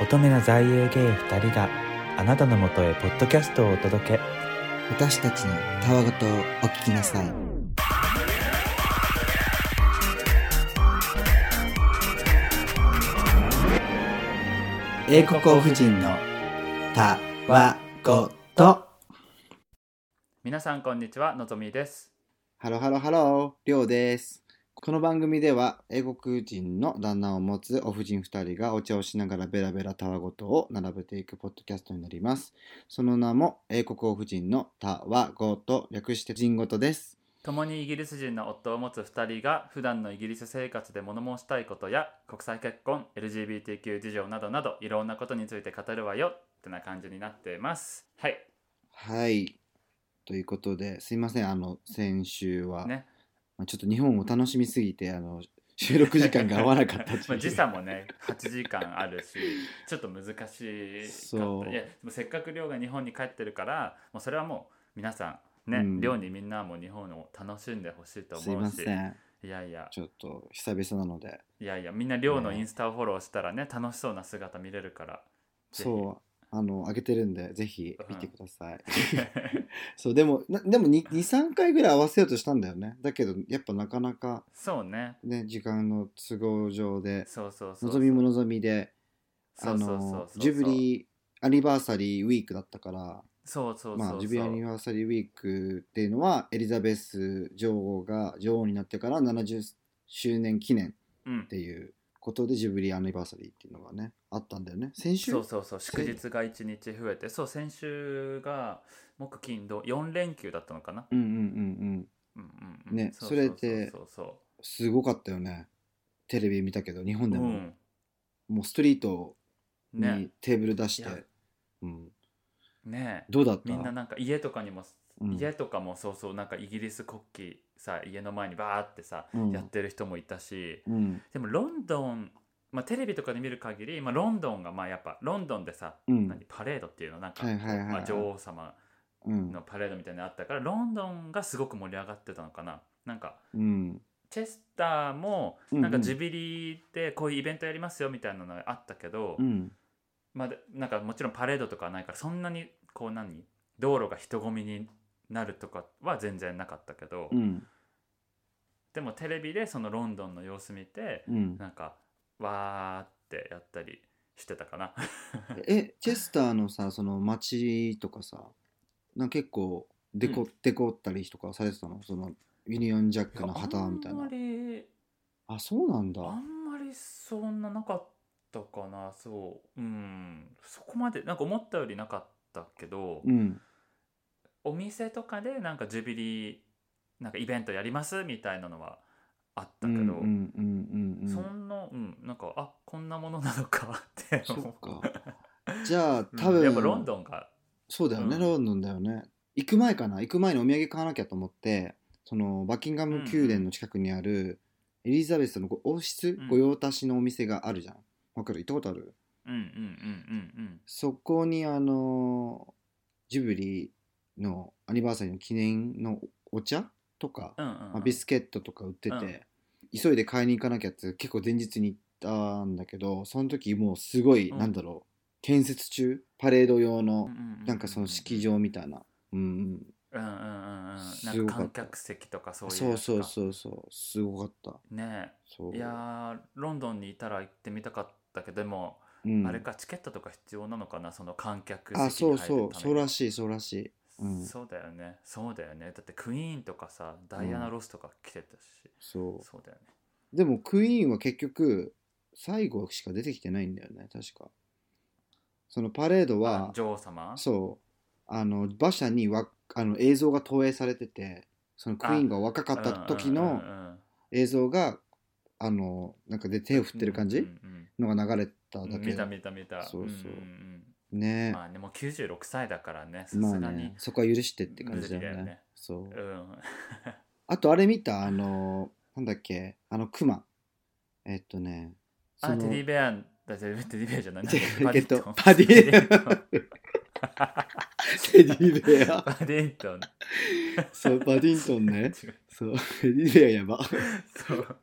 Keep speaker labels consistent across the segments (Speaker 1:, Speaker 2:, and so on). Speaker 1: 乙女な在英ゲイ2人があなたのもとへポッドキャストをお届け
Speaker 2: 私たちのたわごとをお聞きなさい英国王夫人のたわごと
Speaker 3: 皆さんこんにちはのぞみです
Speaker 2: ハロハロハローりょうですこの番組では英国人の旦那を持つお婦人2人がお茶をしながらベラベラたわごとを並べていくポッドキャストになりますその名も英国王夫人のたわごと略して人ごとです
Speaker 3: 共にイギリス人の夫を持つ2人が普段のイギリス生活で物申したいことや国際結婚 LGBTQ 事情などなどいろんなことについて語るわよってな感じになっていますはい
Speaker 2: はいということですいませんあの先週は、
Speaker 3: ね
Speaker 2: まあちょっと日本を楽しみすぎてあの収録時間が合わなかったっていう
Speaker 3: まあ時差もね8時間あるしちょっと難しかった
Speaker 2: そう
Speaker 3: いやでもせっかく亮が日本に帰ってるからもうそれはもう皆さんね、
Speaker 2: うん
Speaker 3: 亮にみんなも日本を楽しんでほしいと
Speaker 2: すい
Speaker 3: 思う
Speaker 2: ま
Speaker 3: し
Speaker 2: せん
Speaker 3: いやいや
Speaker 2: ちょっと久々なので
Speaker 3: いやいやみんな亮の
Speaker 2: ね
Speaker 3: インスタをフォローしたらね楽しそうな姿見れるからぜひ
Speaker 2: そうあの上げてるんでぜひ
Speaker 3: うん
Speaker 2: 見てください、 そうでもなでも23回ぐらい合わせようとしたんだよねだけどやっぱなかなか
Speaker 3: そうね
Speaker 2: ね時間の都合上で
Speaker 3: そうそうそう
Speaker 2: 望みも望みで
Speaker 3: そ
Speaker 2: あ
Speaker 3: うそうそう
Speaker 2: の
Speaker 3: そう
Speaker 2: ジュビリーアニバーサリーウィークだったから
Speaker 3: そうそうそうそう、
Speaker 2: まあ、ジュビリーアニバーサリーウィークっていうのはエリザベス女王が女王になってから70周年記念
Speaker 3: うん
Speaker 2: っていうことでジュビリーアニバーサリーっていうのがねあったんだよね先週
Speaker 3: そうそうそう祝日が1日増えてそう先週が木金土4連休だったのかな
Speaker 2: うんうんうんうん
Speaker 3: うんうんうん
Speaker 2: ね
Speaker 3: う
Speaker 2: それで
Speaker 3: そうそう
Speaker 2: すごかったよねテレビ見たけど日本
Speaker 3: そ
Speaker 2: で
Speaker 3: うう
Speaker 2: も、
Speaker 3: ん
Speaker 2: もうストリートに
Speaker 3: ね
Speaker 2: テーブル出して、
Speaker 3: いや
Speaker 2: うん、
Speaker 3: ね
Speaker 2: どうだった
Speaker 3: みんななんか家とかにも、
Speaker 2: うん
Speaker 3: 家とかもそうそうなんかイギリス国旗さ家の前にバーってさ、
Speaker 2: うん
Speaker 3: やってる人もいたし
Speaker 2: うん
Speaker 3: でもロンドン、まあ、テレビとかで見る限り、まあ、ロンドンがまあやっぱロンドンでさ、
Speaker 2: うん
Speaker 3: 何パレードっていうのなんか、
Speaker 2: はいはいはい
Speaker 3: まあ、女王様
Speaker 2: うん
Speaker 3: のパレードみたいなのあったからロンドンがすごく盛り上がってたのかななんか
Speaker 2: うん
Speaker 3: チェスターも
Speaker 2: うん
Speaker 3: なんかジュビリーでこういうイベントやりますよみたいなのがあったけど、
Speaker 2: うん
Speaker 3: まあ、でなんかもちろんパレードとかはないからそんなにこう何道路が人混みになるとかは全然なかったけど、
Speaker 2: うん
Speaker 3: でもテレビでそのロンドンの様子見て、
Speaker 2: うん
Speaker 3: なんかわーってやったりしてた かな
Speaker 2: えチェスターのさその街とかさなんか結構デコ,、
Speaker 3: うん
Speaker 2: デコったりとかされてたのそのユニオンジャックの旗みたい
Speaker 3: あん
Speaker 2: な
Speaker 3: まり
Speaker 2: あそうなんだ
Speaker 3: あんまりそんななかったかなそううんそこまでなんか思ったよりなかったけど、
Speaker 2: うん
Speaker 3: お店とかでなんかジュビリーなんかイベントやりますみたいなのはあったけど、
Speaker 2: うんうんうんうんうん
Speaker 3: そんなうんなんかあこんなものなのかって
Speaker 2: そ
Speaker 3: 思
Speaker 2: っ
Speaker 3: う
Speaker 2: かじゃあ
Speaker 3: うん
Speaker 2: 多分、
Speaker 3: やっぱロンドンが
Speaker 2: そうだよね、
Speaker 3: うん
Speaker 2: ロンドンだよね行く前かな行く前にお土産買わなきゃと思ってそのバッキンガム宮殿の近くにあるエリザベスのご王室
Speaker 3: うん
Speaker 2: 御用達のお店があるじゃんわかる行ったことある
Speaker 3: うんうんうんうんうん
Speaker 2: そこにあのジュブリーのアニバーサリーの記念のお茶とか、
Speaker 3: うんうんうん
Speaker 2: まあ、ビスケットとか売ってて、
Speaker 3: うん
Speaker 2: 急いで買いに行かなきゃって結構前日に行ったんだけどその時もうすごい、
Speaker 3: うん
Speaker 2: なんだろう建設中パレード用の、
Speaker 3: うううう
Speaker 2: なんかその式場みたいな、うん
Speaker 3: うんうんうんうんな
Speaker 2: す
Speaker 3: ん
Speaker 2: ご
Speaker 3: か
Speaker 2: かった
Speaker 3: 観客席とかそういう
Speaker 2: そうそう
Speaker 3: う
Speaker 2: そうそうすごかった
Speaker 3: ね
Speaker 2: そう
Speaker 3: えいやーロンドンにいたら行ってみたかったけどでも、
Speaker 2: うん、
Speaker 3: あれかチケットとか必要なのかなその観客席
Speaker 2: あそうそう
Speaker 3: に入るために
Speaker 2: そうらしいそうらしいうん
Speaker 3: そうだよねそうだよねだってクイーンとかさダイアナ・ロスとか来てたし、
Speaker 2: そ
Speaker 3: そうだよね
Speaker 2: うでもクイーンは結局最後しか出てきてないんだよね確かそのパレード
Speaker 3: あ
Speaker 2: は
Speaker 3: 女王様
Speaker 2: そうあの馬車にわあの映像が投影されててそのクイーンが若かった時
Speaker 3: うんうん
Speaker 2: の
Speaker 3: うんうん
Speaker 2: 映像があのなんかで手を振ってる感
Speaker 3: う
Speaker 2: じ
Speaker 3: ん
Speaker 2: のが流れた
Speaker 3: うん
Speaker 2: だ
Speaker 3: うん
Speaker 2: け
Speaker 3: 見た見た見た
Speaker 2: そうそうん
Speaker 3: んう
Speaker 2: ね
Speaker 3: んまあでもう96歳だからねさす
Speaker 2: まあ
Speaker 3: がに、
Speaker 2: ねそこは許してって感じだよね
Speaker 3: 無理だよね
Speaker 2: そう
Speaker 3: うん
Speaker 2: あとあれ見たあのなんだっけあのクマえっとね
Speaker 3: あテディベアだテディベアじゃない
Speaker 2: 違う
Speaker 3: パディントン
Speaker 2: パディ
Speaker 3: パディントン
Speaker 2: テディベア
Speaker 3: パディントン
Speaker 2: そうパディントンね
Speaker 3: 違う
Speaker 2: そうテディベアやば
Speaker 3: そう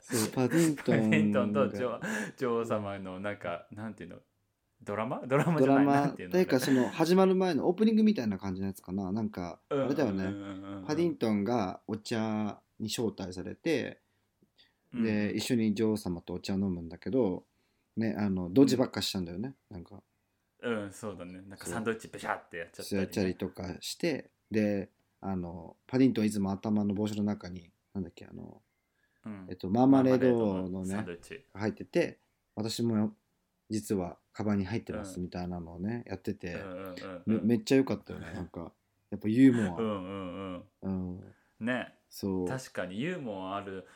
Speaker 2: そうパディント
Speaker 3: パデ
Speaker 2: ン
Speaker 3: ィントンと
Speaker 2: が
Speaker 3: 女王女王様のなんかなんていうのドラマドラマ
Speaker 2: ド
Speaker 3: じ
Speaker 2: ラ
Speaker 3: ゃないな
Speaker 2: マ
Speaker 3: んていうの
Speaker 2: というかその始まる前のオープニングみたいな感じのやつかななんかあれだよね、パディン
Speaker 3: ト
Speaker 2: トンがお茶に招待されて、で一緒に女王様とお茶を飲むんだけどねあのドジばっかしたんだよねなんか
Speaker 3: うん、うんそうだねなんか
Speaker 2: そう
Speaker 3: サンドイッチベシャってやっちゃったりね
Speaker 2: やっちゃりとかしてであのパディントンいつも頭の帽子の中になんだっけあの、
Speaker 3: うん
Speaker 2: えっと、マーマレードの
Speaker 3: サン
Speaker 2: ね
Speaker 3: ドイッチ
Speaker 2: 入ってて私も実はカバンに入ってます
Speaker 3: うん
Speaker 2: みたいなのをねやって
Speaker 3: うん
Speaker 2: て、
Speaker 3: うんう
Speaker 2: め
Speaker 3: ん
Speaker 2: めっちゃ良かったよねなんかやっぱユーモア、
Speaker 3: うんうん
Speaker 2: うん
Speaker 3: うんね
Speaker 2: そう
Speaker 3: 確かにユーモアある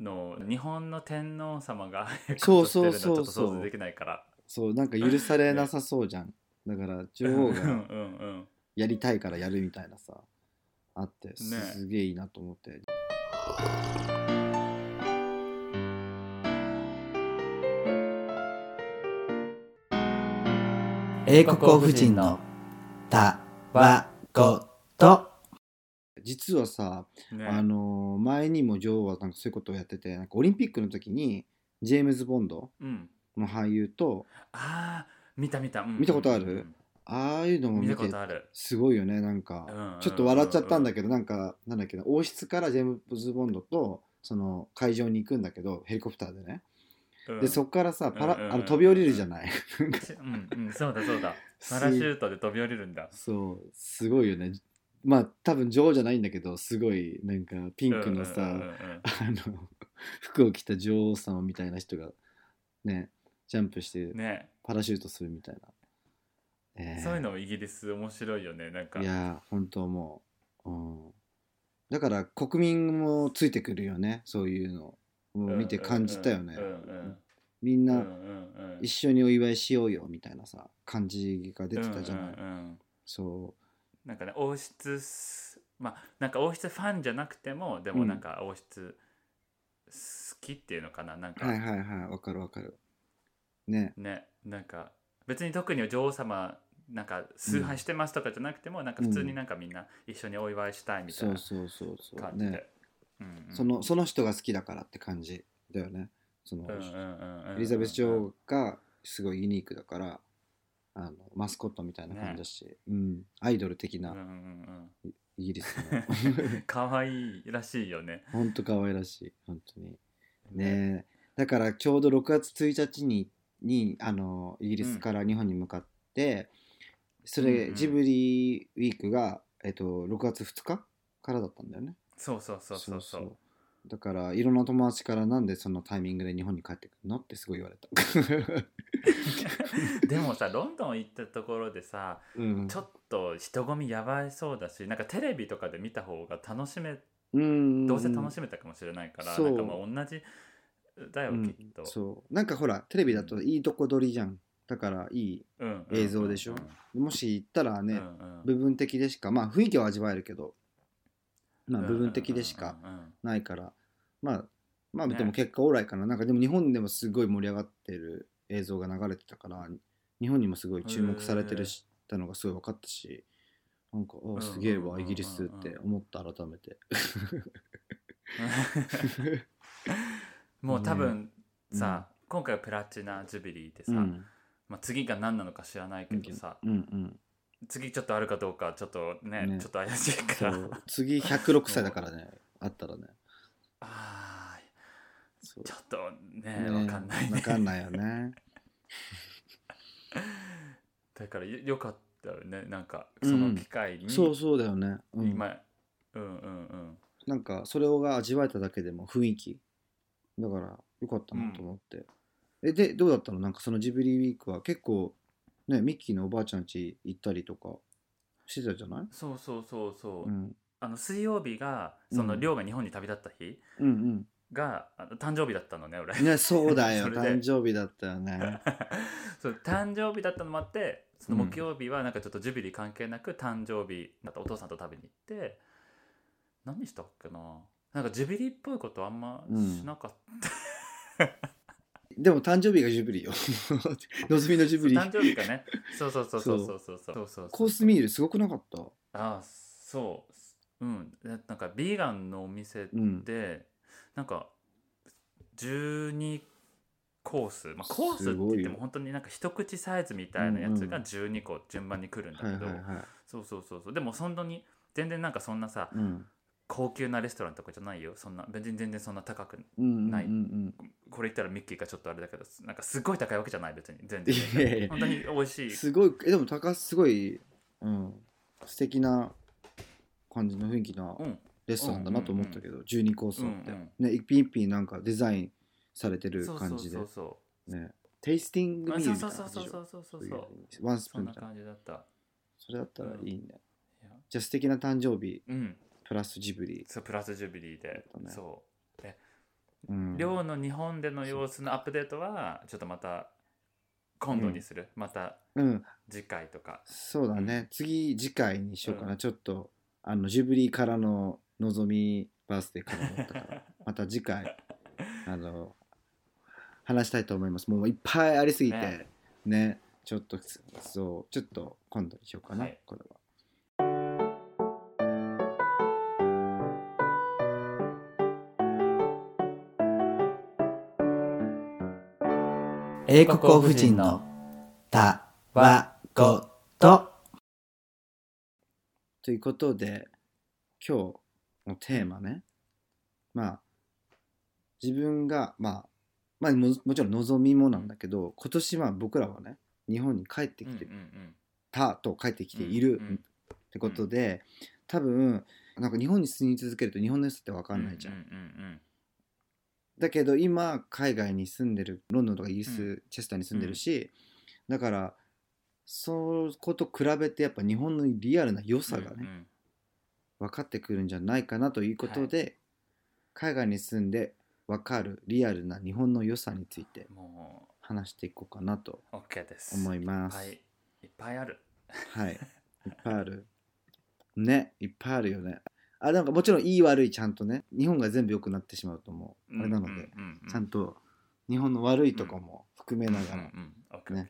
Speaker 3: の日本の天皇様 が
Speaker 2: そうそう
Speaker 3: ちょ
Speaker 2: そ
Speaker 3: っ
Speaker 2: う
Speaker 3: と 想
Speaker 2: そ
Speaker 3: 像で
Speaker 2: う
Speaker 3: きないから
Speaker 2: そうなんか許されなさそうじゃんだから女王
Speaker 3: うんう
Speaker 2: が
Speaker 3: んうん
Speaker 2: やりたいからやるみたいなさあってす,、
Speaker 3: ね
Speaker 2: げえいいなと思って
Speaker 1: 英
Speaker 3: 国王夫人の
Speaker 1: た
Speaker 3: わ
Speaker 1: と
Speaker 2: 実はさ、
Speaker 3: ね
Speaker 2: あの前にも女王はなんかそういうことをやっててなんかオリンピックの時にジェームズ・ボンド
Speaker 3: うん、
Speaker 2: の俳優と
Speaker 3: ああ見た見た、うん
Speaker 2: 見たことあるああいうの
Speaker 3: うん
Speaker 2: も
Speaker 3: 見
Speaker 2: 見
Speaker 3: た
Speaker 2: て
Speaker 3: ことある
Speaker 2: すごいよねなんか、
Speaker 3: うん
Speaker 2: ちょっと笑っちゃったんだけどなんかなんだっけな王室からジェームズ・ボンドとその会場に行くんだけどヘリコプターでね、でそ
Speaker 3: っ
Speaker 2: っからさパラ、
Speaker 3: うんうんうん
Speaker 2: あの飛び降りるじゃない
Speaker 3: うんうんそうだそ うだパラシュートで飛び降りるんだ
Speaker 2: そうすごいよねまあ多分女王じゃないんだけどすごいなんかピンクのさ、
Speaker 3: うんうんうん
Speaker 2: あの 服を着た女王様みたいな人がねジャンプして
Speaker 3: うんね
Speaker 2: パラシュートするみたいな、えー
Speaker 3: そういうのもイギリス面白いよねなんか
Speaker 2: いやー本当もう、うん、だから国民もついてくるよねそういうのを
Speaker 3: うんうんうん
Speaker 2: 見て感じたよね、
Speaker 3: うんうん
Speaker 2: みん
Speaker 3: うんう
Speaker 2: なん
Speaker 3: うん
Speaker 2: 一緒にお祝いしようよみたいなさ感じが出てたじゃない、
Speaker 3: うんうんうん
Speaker 2: そう
Speaker 3: なんかね王室すまあなんか王室ファンじゃなくてもで
Speaker 2: う
Speaker 3: も
Speaker 2: ん
Speaker 3: なんか王室好きっていうのかななんか、
Speaker 2: はいはいはいわかるわかるね
Speaker 3: ねなんか別に特に女王様なんか崇拝してますとかじゃなくても、なんか普通になんかみんな一緒にお祝いしたいみたい
Speaker 2: そう
Speaker 3: な
Speaker 2: そうそうそう
Speaker 3: 感じで、
Speaker 2: ね
Speaker 3: うんうん
Speaker 2: そのその人が好きだからって感じだよねその、エリザベス女王がすごいユニークだからあのマスコットみたいな感じだし、うん、アイドル的
Speaker 3: うんう
Speaker 2: なんイギリス
Speaker 3: う
Speaker 2: の
Speaker 3: ん うん、可愛いらしいよね。
Speaker 2: ほんと可愛らしい本当にねえだからちょうど6月1日ににあのイギリスから日本に向かって、それ、
Speaker 3: うんうん
Speaker 2: ジブリウィークが、えっと、6月2日からだったんだよね
Speaker 3: そうそうそうそうそ
Speaker 2: そう
Speaker 3: う
Speaker 2: そうだからいろんな友達からなんでそのタイミングで日本に帰ってくるのってすごい言われた、
Speaker 3: でもさロンドン行ったところでさ
Speaker 2: うん、
Speaker 3: ちょっと人混みやばいそうだしなんかテレビとかで見た方が楽しめ
Speaker 2: うん
Speaker 3: どうせ楽しめたかもしれないから、
Speaker 2: そう
Speaker 3: なんかもう同じだよ、
Speaker 2: うん
Speaker 3: きっと
Speaker 2: そうなんかほらテレビだといいとこ取りじゃんだからいい
Speaker 3: うんうんうんうん
Speaker 2: 映像でしょもし行ったら
Speaker 3: うん
Speaker 2: ね、
Speaker 3: うん
Speaker 2: 部分的でしかまあ雰囲気は味わえるけどまあ
Speaker 3: うん
Speaker 2: 部分的でしか
Speaker 3: うんうん
Speaker 2: ないからまあまあ
Speaker 3: ね
Speaker 2: でも結果オーライかななんかでも日本でもすごい盛り上がってる映像が流れてたから日本にもすごい注目されてるしたのがすごい分かったしなんかあ
Speaker 3: ん
Speaker 2: すげえ
Speaker 3: うんう
Speaker 2: わ
Speaker 3: ん
Speaker 2: イギリスって思った改めて
Speaker 3: うんもう多分さ、今回はプラチナジュビリーでさ、
Speaker 2: うん
Speaker 3: まあ、次が何なのか知らないけどさ、
Speaker 2: うん うん
Speaker 3: 次ちょっとあるかどうかちょっとね
Speaker 2: ね
Speaker 3: ちょっと怪しい
Speaker 2: そ
Speaker 3: から
Speaker 2: う次106歳だからねあったらね
Speaker 3: あー
Speaker 2: そう
Speaker 3: ちょっとねわかんない、ね、
Speaker 2: わかんないよ ね
Speaker 3: だからよよかったよねなんか
Speaker 2: うん
Speaker 3: その機会に、
Speaker 2: そうそうだよね、うん
Speaker 3: 今うんうんうん
Speaker 2: なんかそれをが味わえただけでも雰囲気だからよかったなと思って、えでどうだったのなんかそのジブリウィークは結構ねミッキーのおばあちゃん家行ったりとかしてたじゃない、
Speaker 3: そうそうそうそう、
Speaker 2: うん、
Speaker 3: あの水曜日が
Speaker 2: うん
Speaker 3: その亮が日本に旅立った日
Speaker 2: うん
Speaker 3: が、あの誕生日だったのね俺
Speaker 2: うんねそうだよ
Speaker 3: それで
Speaker 2: 誕生日だったよね
Speaker 3: そう誕生日だったのもあってその
Speaker 2: うん
Speaker 3: 木曜日はなんかちょっとジュビリー関係なく誕生日だったお父さんと食べに行って何したっけななんかジュビリーっぽいことあんましなかっ
Speaker 2: でも誕生日がジブリよ のぞみのジ
Speaker 3: た、
Speaker 2: ブリ
Speaker 3: 誕生日かねそうそうそうそうそうそうそうそうそう
Speaker 2: コースミールすごくなかった
Speaker 3: あそううんなんかビーガンのお店
Speaker 2: うん
Speaker 3: で、なんか12コース、まあ、コースって言っても本当になんか一口サイズみたいなやつが12個順番に来るんだ
Speaker 2: はい
Speaker 3: けど、
Speaker 2: はいはい。
Speaker 3: そうそうそうそうでもそんなに全然なんかそんなさ
Speaker 2: うん。
Speaker 3: 高級なレストランとかじゃないよそんな別に全然そんな高く
Speaker 2: うん。
Speaker 3: ない
Speaker 2: うん
Speaker 3: これ言ったらミッキーがちょっとあれだけどなんかすごい高いわけじゃない別に 全然
Speaker 2: いやいや
Speaker 3: 本当に美味
Speaker 2: う
Speaker 3: し
Speaker 2: ん。
Speaker 3: い
Speaker 2: すごい、え、でも高すごい、うん。素敵な感じの雰囲気な
Speaker 3: うん
Speaker 2: レストランだなと思ったけど、12コースあって。
Speaker 3: うん
Speaker 2: ね、一品一品なんかデザインされてる
Speaker 3: そうそ
Speaker 2: 感
Speaker 3: う
Speaker 2: じで
Speaker 3: そう。そ
Speaker 2: ね。テイスティン
Speaker 3: う
Speaker 2: グ
Speaker 3: あ
Speaker 2: ミール
Speaker 3: そう
Speaker 2: みた
Speaker 3: そ
Speaker 2: いうな
Speaker 3: そう
Speaker 2: 感じ
Speaker 3: そう
Speaker 2: でしょ。
Speaker 3: そうそうそ
Speaker 2: そう
Speaker 3: う
Speaker 2: いうワンスプ
Speaker 3: そ
Speaker 2: ーンみ
Speaker 3: んな
Speaker 2: たいな。
Speaker 3: 感じだったい
Speaker 2: それだったらいいね。
Speaker 3: や
Speaker 2: じゃあ素敵な誕生日、
Speaker 3: うん
Speaker 2: プラスジブリ。
Speaker 3: そうプラスジュビリーで
Speaker 2: そうだね
Speaker 3: そう
Speaker 2: うん。
Speaker 3: 寮の日本での様子のアップデートはちょっとまた今度にする、また
Speaker 2: うん。
Speaker 3: 次回と か
Speaker 2: そうだね、次次回にしようかな、
Speaker 3: う
Speaker 2: ちょっとあのジュブリーからの望みバースデーからだったからまた次回あの話したいと思いますもういっぱいありすぎてね
Speaker 3: ね
Speaker 2: ちょっとそうちょっと今度にしようかな、
Speaker 3: はい
Speaker 2: これは
Speaker 1: 英
Speaker 3: 国王夫人の
Speaker 2: た
Speaker 3: わ
Speaker 2: ごとということで今日のテーマねまあ自分がまあまあももちろん望みもなんだけど今年まあ僕らはね日本に帰ってきて
Speaker 3: うんうん
Speaker 2: たと帰ってきてい
Speaker 3: う
Speaker 2: る
Speaker 3: んうん
Speaker 2: ってことで多分なんか日本に住み続けると日本の良さって分
Speaker 3: う
Speaker 2: かんないじゃん
Speaker 3: う。ん
Speaker 2: だけど今海外に住んでるロンドンとかイギリス、
Speaker 3: う
Speaker 2: チェスターに住んでるし、だからそこと比べてやっぱ日本のリアルな良さがね、
Speaker 3: うんうん
Speaker 2: 分かってくるんじゃないかなということで、海外に住んで分かるリアルな日本の良さについて
Speaker 3: も
Speaker 2: 話していこうかなと
Speaker 3: う OK です
Speaker 2: 思
Speaker 3: い
Speaker 2: います。
Speaker 3: はいいっぱいある
Speaker 2: はい、いっぱいある。ねいっぱいあるよね。あなんかもちろんいい悪いちゃんとね日本が全部良くなってしまうと思うあれなので、ちゃん
Speaker 3: と
Speaker 2: と日本の悪いとこも含めながらね
Speaker 3: OKOK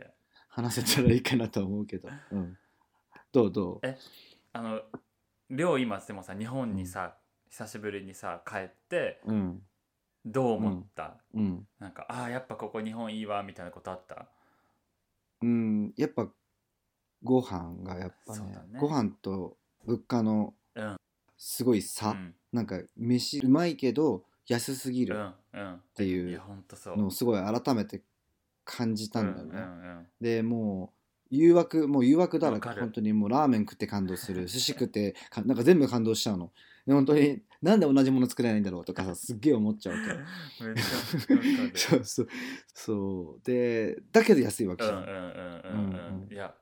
Speaker 2: 話せたらいいかなとは思うけど、うん、どうどう
Speaker 3: えあの寮今でもさ日本にさ久しぶりにさ帰って
Speaker 2: うん
Speaker 3: どう思った
Speaker 2: うん
Speaker 3: なんかああやっぱここ日本いいわみたいなことあった
Speaker 2: うんやっぱご飯がやっぱね
Speaker 3: そうだね
Speaker 2: ご飯と物価の
Speaker 3: うん
Speaker 2: すごい差、
Speaker 3: うん
Speaker 2: なんか飯うまいけど安すぎ
Speaker 3: う
Speaker 2: るっ
Speaker 3: んうん
Speaker 2: て
Speaker 3: い
Speaker 2: い
Speaker 3: や
Speaker 2: う
Speaker 3: ほんとそう
Speaker 2: のをすごい改めて感じたんだよね、
Speaker 3: うんうんうん
Speaker 2: でもう誘惑もう誘惑だら
Speaker 3: わ
Speaker 2: け
Speaker 3: かる
Speaker 2: 本当にもうラーメン食って感動する寿司食ってかなんか全部感動しちゃうので本当になんで同じもの作れないんだろうとかさすっげえ思っちゃうわけ
Speaker 3: めっちゃわか る
Speaker 2: そうそうそうでだけど安いわけ
Speaker 3: うん
Speaker 2: じ
Speaker 3: う
Speaker 2: ゃん、
Speaker 3: んうん
Speaker 2: う
Speaker 3: うん
Speaker 2: ん
Speaker 3: う
Speaker 2: うん
Speaker 3: んいや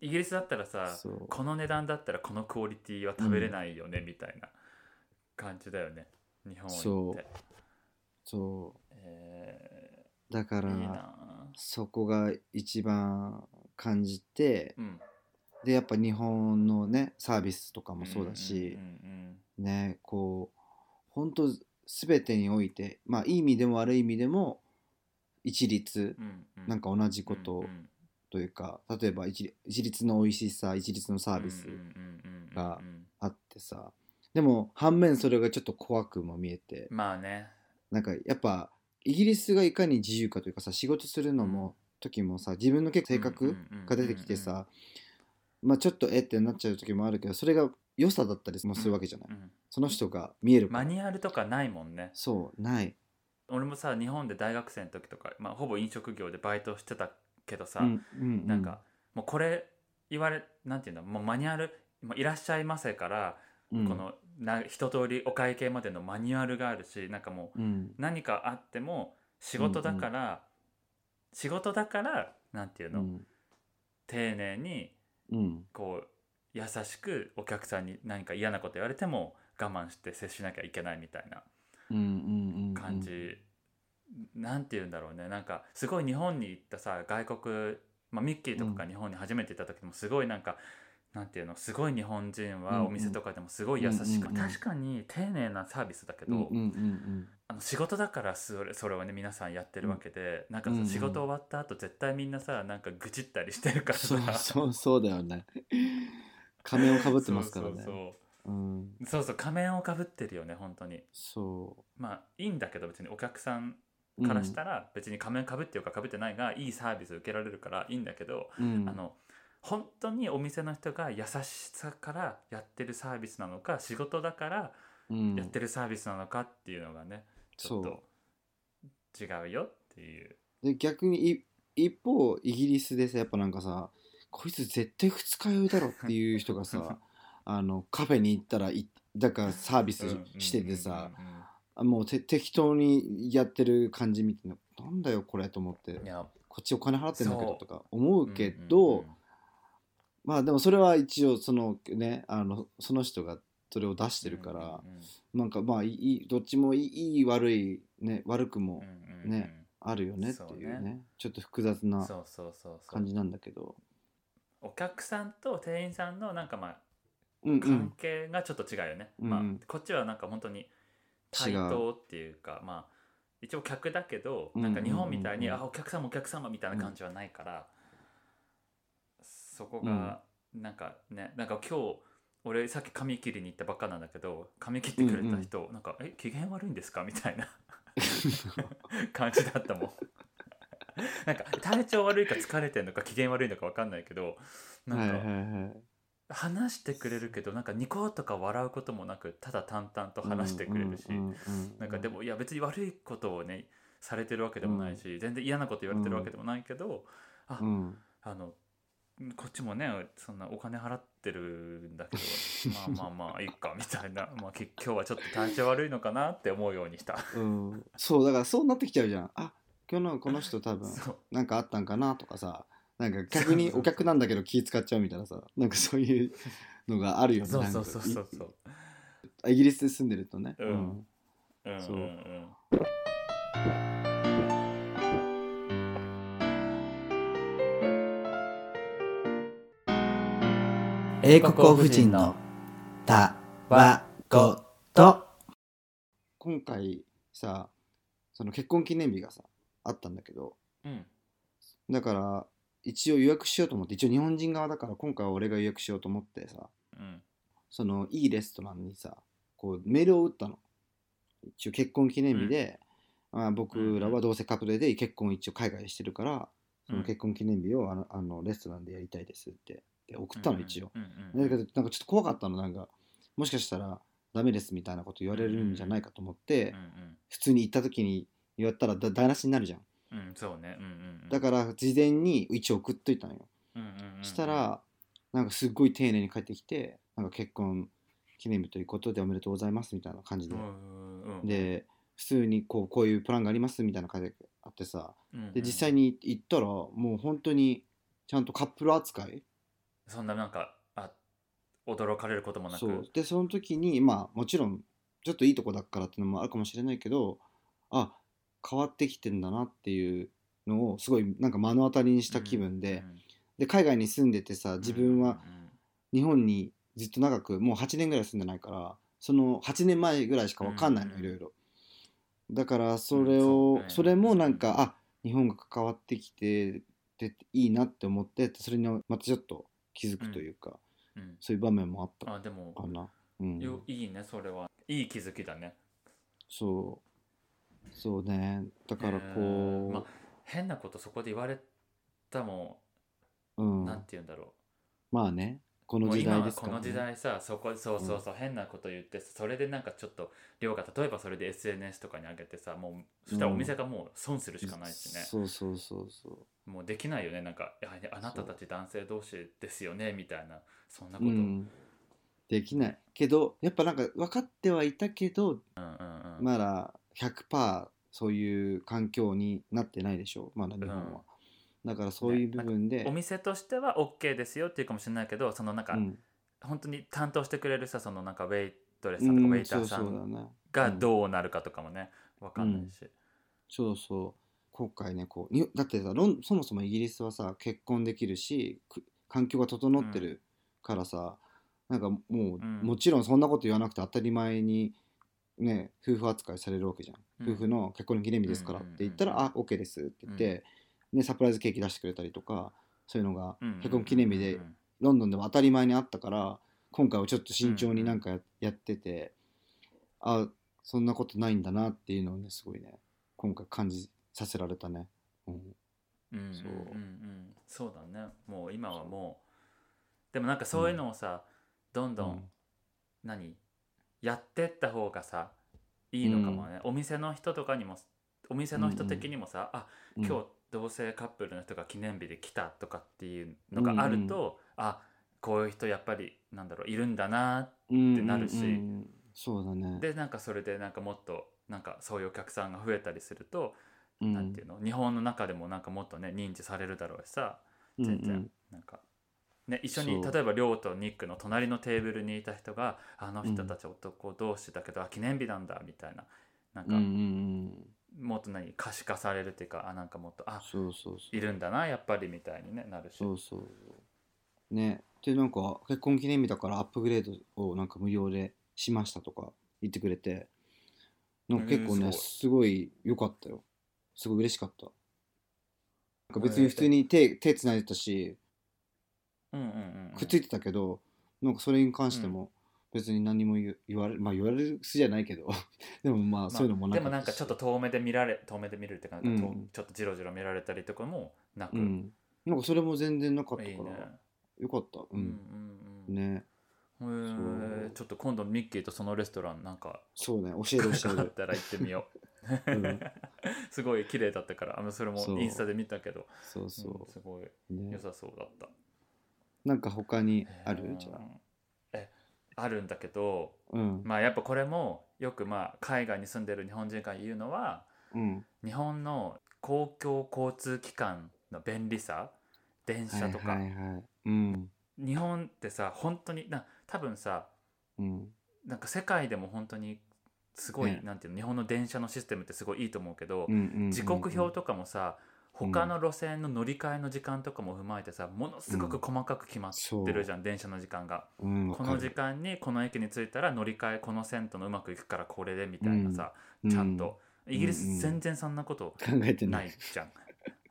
Speaker 3: イギリスだったらさ
Speaker 2: そう
Speaker 3: この値段だったらこのクオリティは食べれないよねみたいな感じだよね日本行って
Speaker 2: そ
Speaker 3: え
Speaker 2: うだか
Speaker 3: ー
Speaker 2: ら
Speaker 3: いいな
Speaker 2: そこが一番感じて
Speaker 3: うん
Speaker 2: でやっぱ日本のねサービスとかもそうだし
Speaker 3: う、ん
Speaker 2: ねこう本当全てにおいてまあいい意味でも悪い意味でも一律
Speaker 3: うんうんう
Speaker 2: なん
Speaker 3: か
Speaker 2: か同じことというか例えば一一律の美味しさ一律のサービスがあってさでも反面それがちょっと怖くも見えて
Speaker 3: まあね
Speaker 2: なんかやっぱイギリスがいかに自由かというかさ仕事するのも時もさ自分の結構性格が出てきてさまあちょっとえってなっちゃう時もあるけどそれが良さだったりもするわけじゃない
Speaker 3: うん
Speaker 2: その人が見えるか
Speaker 3: マ
Speaker 2: ら
Speaker 3: ニュアルとかないもんね
Speaker 2: そうない
Speaker 3: 俺もさ日本で大学生の時とか、まあ、ほぼ飲食業でバイトしてたけどさ、
Speaker 2: な
Speaker 3: なんかもうこれ言われなんていうんだもうマニュアルもういらっしゃいませから、
Speaker 2: こ
Speaker 3: このな一通りお会計までのマニュアルがあるしなんかもう
Speaker 2: うん
Speaker 3: 何かあっても仕事だから、仕事だからなんていう
Speaker 2: う
Speaker 3: の、
Speaker 2: ん
Speaker 3: 丁寧に
Speaker 2: うん
Speaker 3: こう優しくお客さんに何か嫌なこと言われても我慢して接しなきゃいけないみたいな
Speaker 2: うんうんうんうん
Speaker 3: 感じ、なんて言うんだろうねなんかすごい日本に行ったさ外国、まあ、ミッキーとかが日本に初めて行った時もすごいなんか、なんていうのすごい日本人
Speaker 2: うんう
Speaker 3: は
Speaker 2: ん
Speaker 3: お店とかでもすごい優しく、
Speaker 2: うんうん
Speaker 3: 確かに丁寧なサービスだけ
Speaker 2: う
Speaker 3: ど、
Speaker 2: んうんうん
Speaker 3: あの仕事だからそれそれをね皆さんやってるわけで、なんか
Speaker 2: うんう
Speaker 3: さ
Speaker 2: ん
Speaker 3: 仕事終わった後絶対みんなさなんか愚痴ったりしてる
Speaker 2: う
Speaker 3: か
Speaker 2: ん
Speaker 3: ら
Speaker 2: そう
Speaker 3: さ
Speaker 2: そうそうだよね仮面をかぶってますから
Speaker 3: そうそう
Speaker 2: ね
Speaker 3: そう
Speaker 2: うん、
Speaker 3: そうそう仮面をかぶってるよね本当に
Speaker 2: そ
Speaker 3: まあいいんだけど別にお客さん
Speaker 2: う、うん
Speaker 3: からしたら別に仮面かぶってようかかぶってないがいいサービス受けられるからいいんだけど、
Speaker 2: うん
Speaker 3: あの本当にお店の人が優しさからやってるサービスなのか仕事だから
Speaker 2: うん
Speaker 3: やってるサービスなのかっていうのがね、ちょっ
Speaker 2: そ
Speaker 3: と違うよっていう
Speaker 2: うで逆にい一方イギリスでさやっぱなんかさこいつ絶対二日酔いだろっていう人が さあのカフェに行ったらいだからサービスしててさ、
Speaker 3: うんうんうん
Speaker 2: あもうて適当にやってる感じみたいななんだよこれと思って
Speaker 3: うんいや
Speaker 2: こっちお金払ってんだけ
Speaker 3: そ
Speaker 2: ど
Speaker 3: う
Speaker 2: とか思うけど、
Speaker 3: うんうんうん
Speaker 2: まあでもそれは一応そのねあのその人がそれを出してるから、
Speaker 3: うんうん
Speaker 2: なんかまあいいどっちもいいいい悪い、ね、悪く
Speaker 3: う
Speaker 2: も
Speaker 3: んうんうん
Speaker 2: ねあるよねっていうね,、
Speaker 3: そう
Speaker 2: ちょっと複雑な
Speaker 3: そうそうそうそう
Speaker 2: 感じなんだけど
Speaker 3: お客さんと店員さんのなんかまあ
Speaker 2: うんう
Speaker 3: 関
Speaker 2: ん
Speaker 3: 係がちょっと違うよね、
Speaker 2: うん
Speaker 3: まあ
Speaker 2: うん
Speaker 3: こっちはなんか本当に
Speaker 2: 違
Speaker 3: 対
Speaker 2: う
Speaker 3: 等っていうかまあ一応客だけど
Speaker 2: うん
Speaker 3: なんか日本みたいに、
Speaker 2: うんうんうん
Speaker 3: あお客様お客様みたいな感じはないから、そこがなんかねなんか今日俺さっき髪切りに行ったばっかなんだけど髪切ってくれた人、なんか「え機嫌悪いんですか?」みた いな感じだったもんなんか体調悪いか疲れてんのか機嫌悪いのか分かんないけどなんか、
Speaker 2: はいはいはい
Speaker 3: 話してくれるけどなんかニコとか笑うこともなくただ淡々と話してくれるし、
Speaker 2: うんうんうんうん
Speaker 3: なんかでもいや別に悪いことをねされてるわけでもないし、全然嫌なこと言われてるわけでもないけど、あ
Speaker 2: うん
Speaker 3: あのこっちもねそんなお金払ってるんだ けどまあまあまあいいかみたいな、まあ、き今日はちょっと体調悪いのかなって思うようにした。
Speaker 2: うん、そうだからそうなってきちゃうじゃんあ今日のこの人多分
Speaker 3: そう
Speaker 2: なんかあったんかなとかさなんか逆にお客なんだけど気使っちゃうみたいなさなんかそういうのがあるよね
Speaker 3: そう
Speaker 2: なん
Speaker 3: そ
Speaker 2: か
Speaker 3: うそうそうそう。
Speaker 2: いイギリスで住んでるとね、
Speaker 3: うんうんうん
Speaker 2: そう
Speaker 3: うん
Speaker 2: 英
Speaker 3: 国王夫人の
Speaker 2: た
Speaker 3: わ
Speaker 2: こと今回さその結婚記念日がさあったんだけど
Speaker 3: うん
Speaker 2: だから一応予約しようと思って一応日本人側だから今回は俺が予約しようと思ってさ
Speaker 3: うん
Speaker 2: そのいいレストランにさこうメールを打ったの一応結婚記念日で、まあ、僕らはどうせカップルで結婚一応海外でしてるからその結婚記念日をあのあのレストランでやりたいですってで送ったの一応、
Speaker 3: うんうんうん
Speaker 2: だけどなんかちょっと怖かったのなんかもしかしたらダメですみたいなこと言われるんじゃないかと思って、
Speaker 3: うん
Speaker 2: 普通に行った時に言われたらだ台無しになるじゃん
Speaker 3: うんうんそうねうんうんうん
Speaker 2: だから事前に一応送っといたのよ
Speaker 3: うんうんうん
Speaker 2: したらなんかすっごい丁寧に帰ってきてなんか結婚記念日ということでおめでとうございますみたいな感じ
Speaker 3: う
Speaker 2: で、
Speaker 3: んうんうん、
Speaker 2: で普通にこうこういうプランがありますみたいな感じであってさ
Speaker 3: うんうん
Speaker 2: で実際に行ったらもう本当にちゃんとカップル扱い
Speaker 3: そんななんかあ驚かれることもなく
Speaker 2: そうでその時にまあもちろんちょっといいとこだからっていうのもあるかもしれないけどあ変わってきてんだなっていうのをすごいなんか目の当たりにした気分で、で海外に住んでてさ
Speaker 3: うん
Speaker 2: 自分は
Speaker 3: うんうん
Speaker 2: 日本にずっと長くもう8年ぐらい住んでないからその8年前ぐらいしか分かんないの
Speaker 3: うん
Speaker 2: いろいろだからそれを
Speaker 3: うんそうね
Speaker 2: それもなんかあ日本が関わってきてていいなって思ってそれにまたちょっと気づくというか
Speaker 3: うん
Speaker 2: そういう場面もあった
Speaker 3: あでも
Speaker 2: かなうん
Speaker 3: よいいねそれはいい気づきだね
Speaker 2: そうそうねだから
Speaker 3: うんまあ
Speaker 2: こ
Speaker 3: 変なことそこで言われたも
Speaker 2: うう
Speaker 3: うんなんて言うんだろ
Speaker 2: まあねこ
Speaker 3: う
Speaker 2: の
Speaker 3: もう
Speaker 2: 時
Speaker 3: 今
Speaker 2: 代
Speaker 3: は
Speaker 2: です
Speaker 3: こ
Speaker 2: から
Speaker 3: の時
Speaker 2: ね
Speaker 3: 代さそこそうそうそう変なこと言ってそれでなんかちょっと量が例えばそれで SNS とかに上げてさもうそしたらお店がもう損するしかないしね
Speaker 2: そうそうそうそう
Speaker 3: もうできないよねなんかいやあなたたち男性同士ですよねみたいなそんなこ
Speaker 2: う
Speaker 3: と、
Speaker 2: ん、できないけどやっぱなんか分かってはいたけど、
Speaker 3: うんうん
Speaker 2: まだ100%そういう環境になってないでしょまだ日本は、だからそういう部分で、
Speaker 3: お店としては OK ですよっていうかもしれないけどそのなんか、
Speaker 2: うん
Speaker 3: 本当に担当してくれるさそのなんかウェイトレス
Speaker 2: う
Speaker 3: さんとかウェ
Speaker 2: ん
Speaker 3: イ
Speaker 2: そ
Speaker 3: ター
Speaker 2: う
Speaker 3: さ
Speaker 2: そうんだね
Speaker 3: がどうなるかとかもね分かんないし、
Speaker 2: そうそう今回ねこうにだってさロンそもそもイギリスはさ結婚できるしく環境が整ってるからさ、なんかもう、
Speaker 3: うん
Speaker 2: もちろんそんなこと言わなくて当たり前にね夫婦扱いされるわけじゃん
Speaker 3: うん
Speaker 2: 夫婦の結婚記念日ですからって言ったら「
Speaker 3: うんうんうん
Speaker 2: あ OK です」って言って、ね、サプライズケーキ出してくれたりとかそういうのが
Speaker 3: うん
Speaker 2: 結婚記念日
Speaker 3: う
Speaker 2: で
Speaker 3: ん
Speaker 2: ロンドンでも当たり前にあったから今回はちょっと慎重になんかややってて、あそんなことないんだなっていうのをねすごいね今回感じさせられたね、うん、
Speaker 3: うんうんうん
Speaker 2: そう
Speaker 3: うんそうだねもう今はもうでもなんかそういうのをさ、どんどん、
Speaker 2: うん
Speaker 3: 何やってった方がさいいのかもね、お店の人とかにもお店の人的にもさ、あ今日同性カップルの人が記念日で来たとかっていうのがあると、あこういう人やっぱりなんだろういるんだな
Speaker 2: 日
Speaker 3: ってなるし
Speaker 2: そうだね
Speaker 3: でなんかそれでなんかもっとなんかそういうお客さんが増えたりすると、
Speaker 2: うん
Speaker 3: なんていうの日本の中でもなんかもっとね認知されるだろうしさ全
Speaker 2: うんう
Speaker 3: 然
Speaker 2: ん
Speaker 3: なんか、ね、一緒に
Speaker 2: そう
Speaker 3: 例えば亮とニックの隣のテーブルにいた人があの人たち男同士だけど、あ記念日なんだみたいななん
Speaker 2: う
Speaker 3: か、
Speaker 2: んうんうん
Speaker 3: もっと何可視化されるっていうかあなんかもっとあ
Speaker 2: そうそうそう
Speaker 3: いるんだなやっぱりみたいに、ね、なるし
Speaker 2: そうそうそうねでなんか結婚記念日だからアップグレードをなんか無料でしましたとか言ってくれてなんか結構
Speaker 3: う
Speaker 2: ね
Speaker 3: んそう
Speaker 2: すごい良かったよすごい嬉しかったなんか別に普通に手手つないでたし
Speaker 3: うんうんうんうん
Speaker 2: くっついてたけどなんかそれに関しても別に何も言う言われまあ言われる筋じゃないけど でもまあそういうのも
Speaker 3: で
Speaker 2: な
Speaker 3: も
Speaker 2: か
Speaker 3: なん
Speaker 2: った
Speaker 3: か
Speaker 2: し
Speaker 3: ちょっと遠目で見られ遠目で見るっていうかなんかと
Speaker 2: うん
Speaker 3: ちょっとジロジロ見られたりとかもなく、
Speaker 2: うんなんかそれも全然なかったか
Speaker 3: いいね
Speaker 2: らよかったう
Speaker 3: うん
Speaker 2: ん
Speaker 3: うん
Speaker 2: ね
Speaker 3: うんへ
Speaker 2: そ
Speaker 3: ー
Speaker 2: う
Speaker 3: ちょっと今度ミッキーとそのレストランなんか
Speaker 2: そうね教え る教え
Speaker 3: あっ
Speaker 2: る
Speaker 3: たら行ってみよう、
Speaker 2: うん
Speaker 3: すごい綺麗だったからあのそれも
Speaker 2: そう
Speaker 3: インスタで見たけど
Speaker 2: そうそ
Speaker 3: んすごいう
Speaker 2: ね
Speaker 3: 良さそうだった、
Speaker 2: なんか他にあ
Speaker 3: う
Speaker 2: る
Speaker 3: ん
Speaker 2: じゃあ。
Speaker 3: えあるんだけど
Speaker 2: うん。
Speaker 3: まあやっぱこれもよくまあ海外に住んでる日本人が言うのは
Speaker 2: うん。
Speaker 3: 日本の公共交通機関の便利さ電車とか、
Speaker 2: はいはいはい。うん。
Speaker 3: 日本ってさ本当にな多分さ
Speaker 2: うん。
Speaker 3: なんか世界でも本当にすごい、
Speaker 2: ね
Speaker 3: なんていうの日本の電車のシステムってすごいいいと思うけど、
Speaker 2: うんうんうんうん
Speaker 3: 時刻表とかもさ
Speaker 2: うん
Speaker 3: 他の路線の乗り換えの時間とかも踏まえてさものすごく細かく決まってるじゃん、電車の時間が。
Speaker 2: うん、わ
Speaker 3: こ
Speaker 2: か
Speaker 3: の
Speaker 2: る
Speaker 3: 時間にこの駅に着いたら乗り換えこの線とのうまくいくからこれでみたいなさ、ちゃんと、、イ
Speaker 2: う
Speaker 3: ギリ
Speaker 2: んうん
Speaker 3: ス全然そんなこと
Speaker 2: うん考えてな
Speaker 3: ないい。じ ゃん。
Speaker 2: 考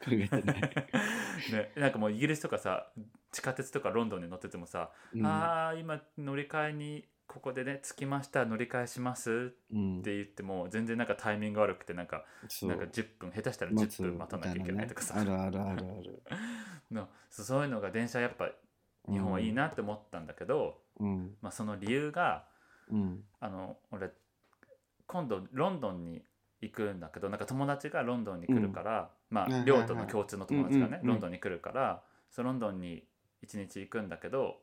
Speaker 2: えて ない。
Speaker 3: ね、なんかもうイギリスとかさ地下鉄とかロンドンに乗っててもさ「
Speaker 2: うん
Speaker 3: あー今乗り換えにここでね着きました乗り換えします」
Speaker 2: うん
Speaker 3: って言っても全然なんかタイミング悪くてなんか
Speaker 2: そう
Speaker 3: なんか10分下手したら
Speaker 2: 待つ
Speaker 3: 10分待たなきゃいけないとかさ、
Speaker 2: みたいなねあるあるあるある。
Speaker 3: のそうそういうのが電車やっぱ日本はいいなって思ったんだけど、
Speaker 2: うん。
Speaker 3: まあ、その理由が
Speaker 2: うん。
Speaker 3: あの俺今度ロンドンに行くんだけどなんか友達がロンドンに来るから、
Speaker 2: はい
Speaker 3: ま
Speaker 2: はい
Speaker 3: あ
Speaker 2: はい
Speaker 3: 亮との共通の友達がね、
Speaker 2: うんうんうん
Speaker 3: ロンドンに来るからそのロンドンに一日行くんだけど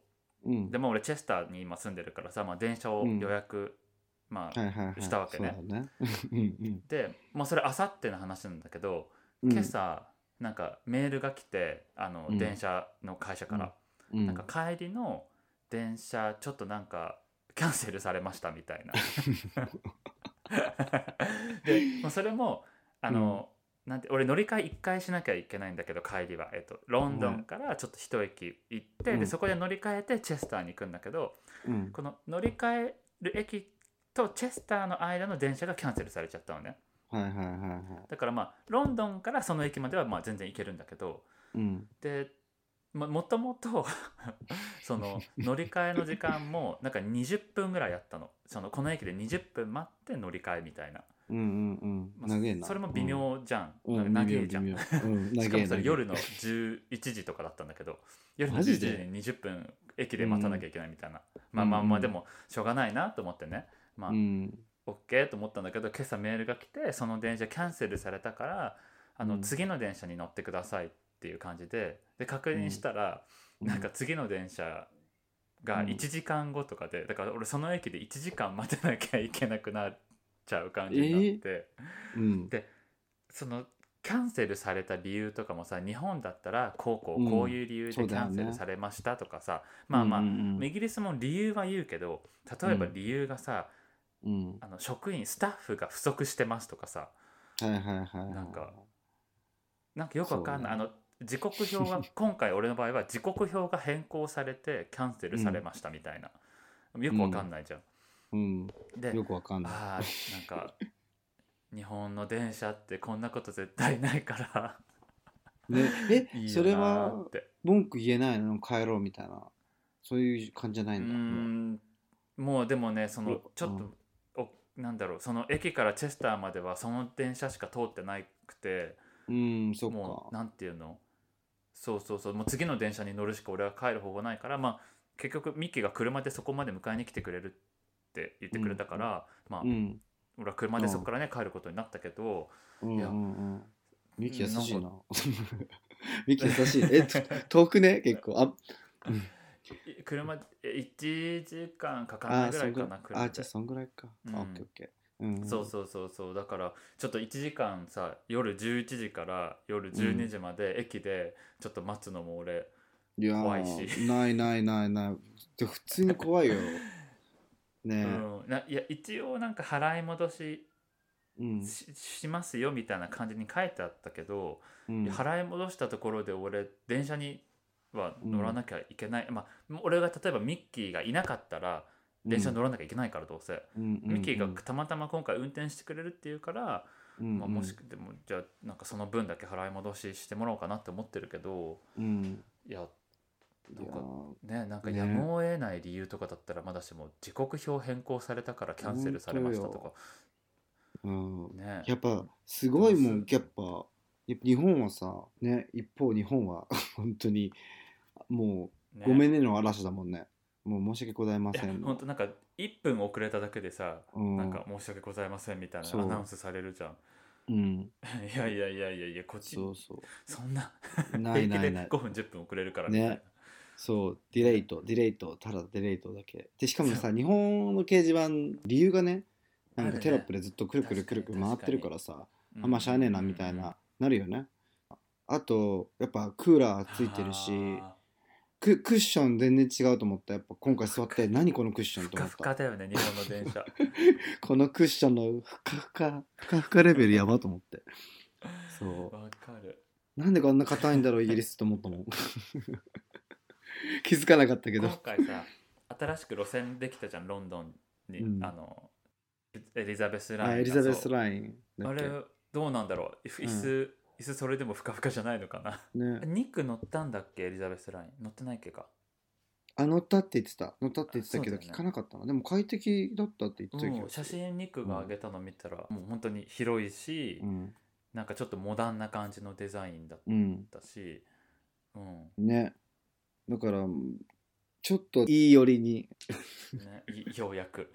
Speaker 2: うん。
Speaker 3: でも俺チェスターに今住んでるからさ、まあ、電車を予約、まあ、
Speaker 2: はいはいはい。
Speaker 3: したわけね
Speaker 2: そうだね。うん
Speaker 3: で、まあ、それあさっての話なんだけど
Speaker 2: うん。
Speaker 3: 今朝なんかメールが来てあの、
Speaker 2: うん
Speaker 3: 電車の会社から、
Speaker 2: うん、
Speaker 3: なんか帰りの電車ちょっとなんかキャンセルされましたみたい な。でもうそれもあの、なんて俺乗り換え1回しなきゃいけないんだけど帰りは、えっと、ロンドンからちょっと一駅行って、
Speaker 2: うん
Speaker 3: でそこで乗り換えてチェスターに行くんだけど
Speaker 2: うん。
Speaker 3: この乗り換える駅とチェスターの間の電車がキャンセルされちゃったのね
Speaker 2: はいはいはいはい。
Speaker 3: だからまあロンドンからその駅まではまあ全然行けるんだけど、
Speaker 2: うん。
Speaker 3: でももともと その乗り換えの時間もなんか20分ぐらいあったのそのこの駅で20分待って乗り換えみたいな、
Speaker 2: うんうんう
Speaker 3: ま
Speaker 2: ん。
Speaker 3: あ
Speaker 2: 長えな。
Speaker 3: それも微妙じゃん、
Speaker 2: うん。
Speaker 3: な
Speaker 2: うん
Speaker 3: んか長えじゃん
Speaker 2: 微妙 微妙うん。
Speaker 3: しかもそ
Speaker 2: 長え
Speaker 3: れ夜の11時とかだったんだけど夜の
Speaker 2: マ
Speaker 3: 11
Speaker 2: ジ
Speaker 3: 時
Speaker 2: で
Speaker 3: に20分駅で待たなきゃいけないみたいな、まあ
Speaker 2: うん
Speaker 3: まあまあでもしょうがないなと思ってねまあ、
Speaker 2: うん。
Speaker 3: OK と思ったんだけど今朝メールが来てその電車キャンセルされたからあの、
Speaker 2: うん
Speaker 3: 次の電車に乗ってくださいっていう感じでで確認したら、なんか次の電車が
Speaker 2: うん
Speaker 3: 1時間後とかで、だから俺その駅で1時間待てなきゃいけなくなっちゃう感じになって、
Speaker 2: うん。
Speaker 3: そのキャンセルされた理由とかもさ日本だったらこうこ
Speaker 2: う
Speaker 3: うんこういう理由でキ
Speaker 2: そうだよ
Speaker 3: ャ
Speaker 2: ね
Speaker 3: ンセルされましたとかさ、まあまあ、
Speaker 2: うんうんうん
Speaker 3: イギリスも理由は言うけど例えば理由がさ、
Speaker 2: うん。
Speaker 3: あの職員スタッフが不足してますとかさ
Speaker 2: はいはいはいはい。
Speaker 3: なんかなんかよくわかんな
Speaker 2: そ
Speaker 3: い、
Speaker 2: う
Speaker 3: あの時刻表 が今回俺の場合は時刻表が変更されてキャンセルされましたみたいな、よくわかんないじゃん。
Speaker 2: うん。
Speaker 3: で
Speaker 2: よくわかんない。
Speaker 3: あーなんか日本の電車ってこんなこと絶対な いから
Speaker 2: ね、
Speaker 3: いいよなー
Speaker 2: え、それは
Speaker 3: って
Speaker 2: 文句言えないの帰ろうみたいな。そういう感じじゃな
Speaker 3: う
Speaker 2: い
Speaker 3: ー
Speaker 2: んだ。
Speaker 3: んもうでもねそのちょっ
Speaker 2: うん
Speaker 3: と、おなんだろうその駅からチェスターまではその電車しか通ってなくて
Speaker 2: うん、そっ
Speaker 3: もう
Speaker 2: か。
Speaker 3: なんていうのそうそうそうもう次の電車に乗るしか俺は帰る方法ないからまあ結局ミッキーが車でそこまで迎えに来てくれるって言ってくれたから、まあ、
Speaker 2: うん。
Speaker 3: 俺は車でそこからね、帰ることになったけど
Speaker 2: うん
Speaker 3: いうや
Speaker 2: んうん。ミキ優しい
Speaker 3: なん
Speaker 2: な。 ミキ優しい。え、と遠くね結構。あ、
Speaker 3: い車1時間かからな
Speaker 2: あ
Speaker 3: いぐ
Speaker 2: そ
Speaker 3: ら
Speaker 2: ん
Speaker 3: い
Speaker 2: ぐ。
Speaker 3: からない車
Speaker 2: あ、じ
Speaker 3: で
Speaker 2: ゃあそんぐらいか。
Speaker 3: うん
Speaker 2: あ、オッケーオッケー。うん。
Speaker 3: そうそうそうそうだからちょっと1時間さ夜11時から夜
Speaker 2: う
Speaker 3: 12
Speaker 2: ん
Speaker 3: 時まで駅でちょっと待つのも俺、
Speaker 2: いやー
Speaker 3: 怖いし
Speaker 2: ないないないない。で普通に怖い よ。
Speaker 3: う
Speaker 2: ね
Speaker 3: ん、ないや一応なんか払い戻し
Speaker 2: え。うん。
Speaker 3: ししますよみたいな感じに書いてあったけど、
Speaker 2: うん
Speaker 3: いや払い戻したところで俺電車には乗らなきゃいけない、まあ俺が例えばミッキーがいなかったら電車に乗らなきゃいけないからどうせ、
Speaker 2: うんうん
Speaker 3: ミッキーがたまたま今回運転してくれるっていうから、
Speaker 2: うん
Speaker 3: まあ、もしくでもじゃあなんかその分だけ払い戻ししてもらおうかなって思ってるけど
Speaker 2: うん。
Speaker 3: いや
Speaker 2: い
Speaker 3: なん
Speaker 2: や
Speaker 3: か
Speaker 2: ー
Speaker 3: ねなんか
Speaker 2: ね
Speaker 3: やむを得ない理由とかだったらまだしも時刻表変更されたからキャンセルされましたとか
Speaker 2: うん。
Speaker 3: ね
Speaker 2: やっぱすごいも
Speaker 3: どうんす
Speaker 2: やっぱやっぱ日本はさね一方日本は 本当にもう
Speaker 3: ね
Speaker 2: ごめんねの嵐だもんねもう申し訳ございま
Speaker 3: い
Speaker 2: せ
Speaker 3: や
Speaker 2: ん
Speaker 3: 本当なんか1分遅れただけでさ
Speaker 2: うん
Speaker 3: なんか申し訳ございませんみたいな
Speaker 2: そう
Speaker 3: アナウンスされるじゃん
Speaker 2: うん
Speaker 3: いやいやいやいやいやこっち
Speaker 2: そうそ
Speaker 3: そんな
Speaker 2: うない
Speaker 3: 平気
Speaker 2: ない
Speaker 3: で
Speaker 2: ない
Speaker 3: 5分10分遅れるからみたいな
Speaker 2: ねそうディレイトディレイトただディレイトだけでしかもさ日本の掲示板理由がねなん
Speaker 3: ある
Speaker 2: か
Speaker 3: ね
Speaker 2: テロップでずっとくるくるくるくる
Speaker 3: 確か
Speaker 2: 回
Speaker 3: に
Speaker 2: ってるからさ
Speaker 3: うん
Speaker 2: あんましゃあねえなみたいななるよねあとやっぱクーラーついてるし
Speaker 3: あ
Speaker 2: ククッション全然違うと思ったやっぱ今回座っ
Speaker 3: ふか
Speaker 2: て何このクッシ
Speaker 3: ー
Speaker 2: ョン
Speaker 3: ふ
Speaker 2: と
Speaker 3: か
Speaker 2: 思っ
Speaker 3: ふ
Speaker 2: た
Speaker 3: かだよね日本 の電車
Speaker 2: このクッションのふかふかふかふかレベルやばと思ってそ
Speaker 3: わかる
Speaker 2: うなんでこんな硬いんだろうイギリスと思ったもん 気づかなかったけど
Speaker 3: 今回さ新しく路線できたじゃんロンドンに、
Speaker 2: うん
Speaker 3: あのエリザベスライン
Speaker 2: あ
Speaker 3: が
Speaker 2: エリザベス
Speaker 3: そう
Speaker 2: ラインだ
Speaker 3: あ
Speaker 2: っ
Speaker 3: れ
Speaker 2: け
Speaker 3: どうなんだろう椅子、椅子それでもふかふかじゃないのか な
Speaker 2: ね
Speaker 3: ニック乗ったんだっけエリザベスライン乗ってないっけか
Speaker 2: あ乗ったって言ってた乗ったって言ってたけど
Speaker 3: あそうだよね
Speaker 2: 聞かなかったなでも快適だったって言ってたけ
Speaker 3: もう
Speaker 2: ど
Speaker 3: 写真ニックが上げたの見たら、もう本当に広いし、
Speaker 2: うん
Speaker 3: なんかちょっとモダンな感じのデザインだっ
Speaker 2: うん
Speaker 3: たし、うん
Speaker 2: ねだからちょっといいよりに
Speaker 3: ね、い ようやく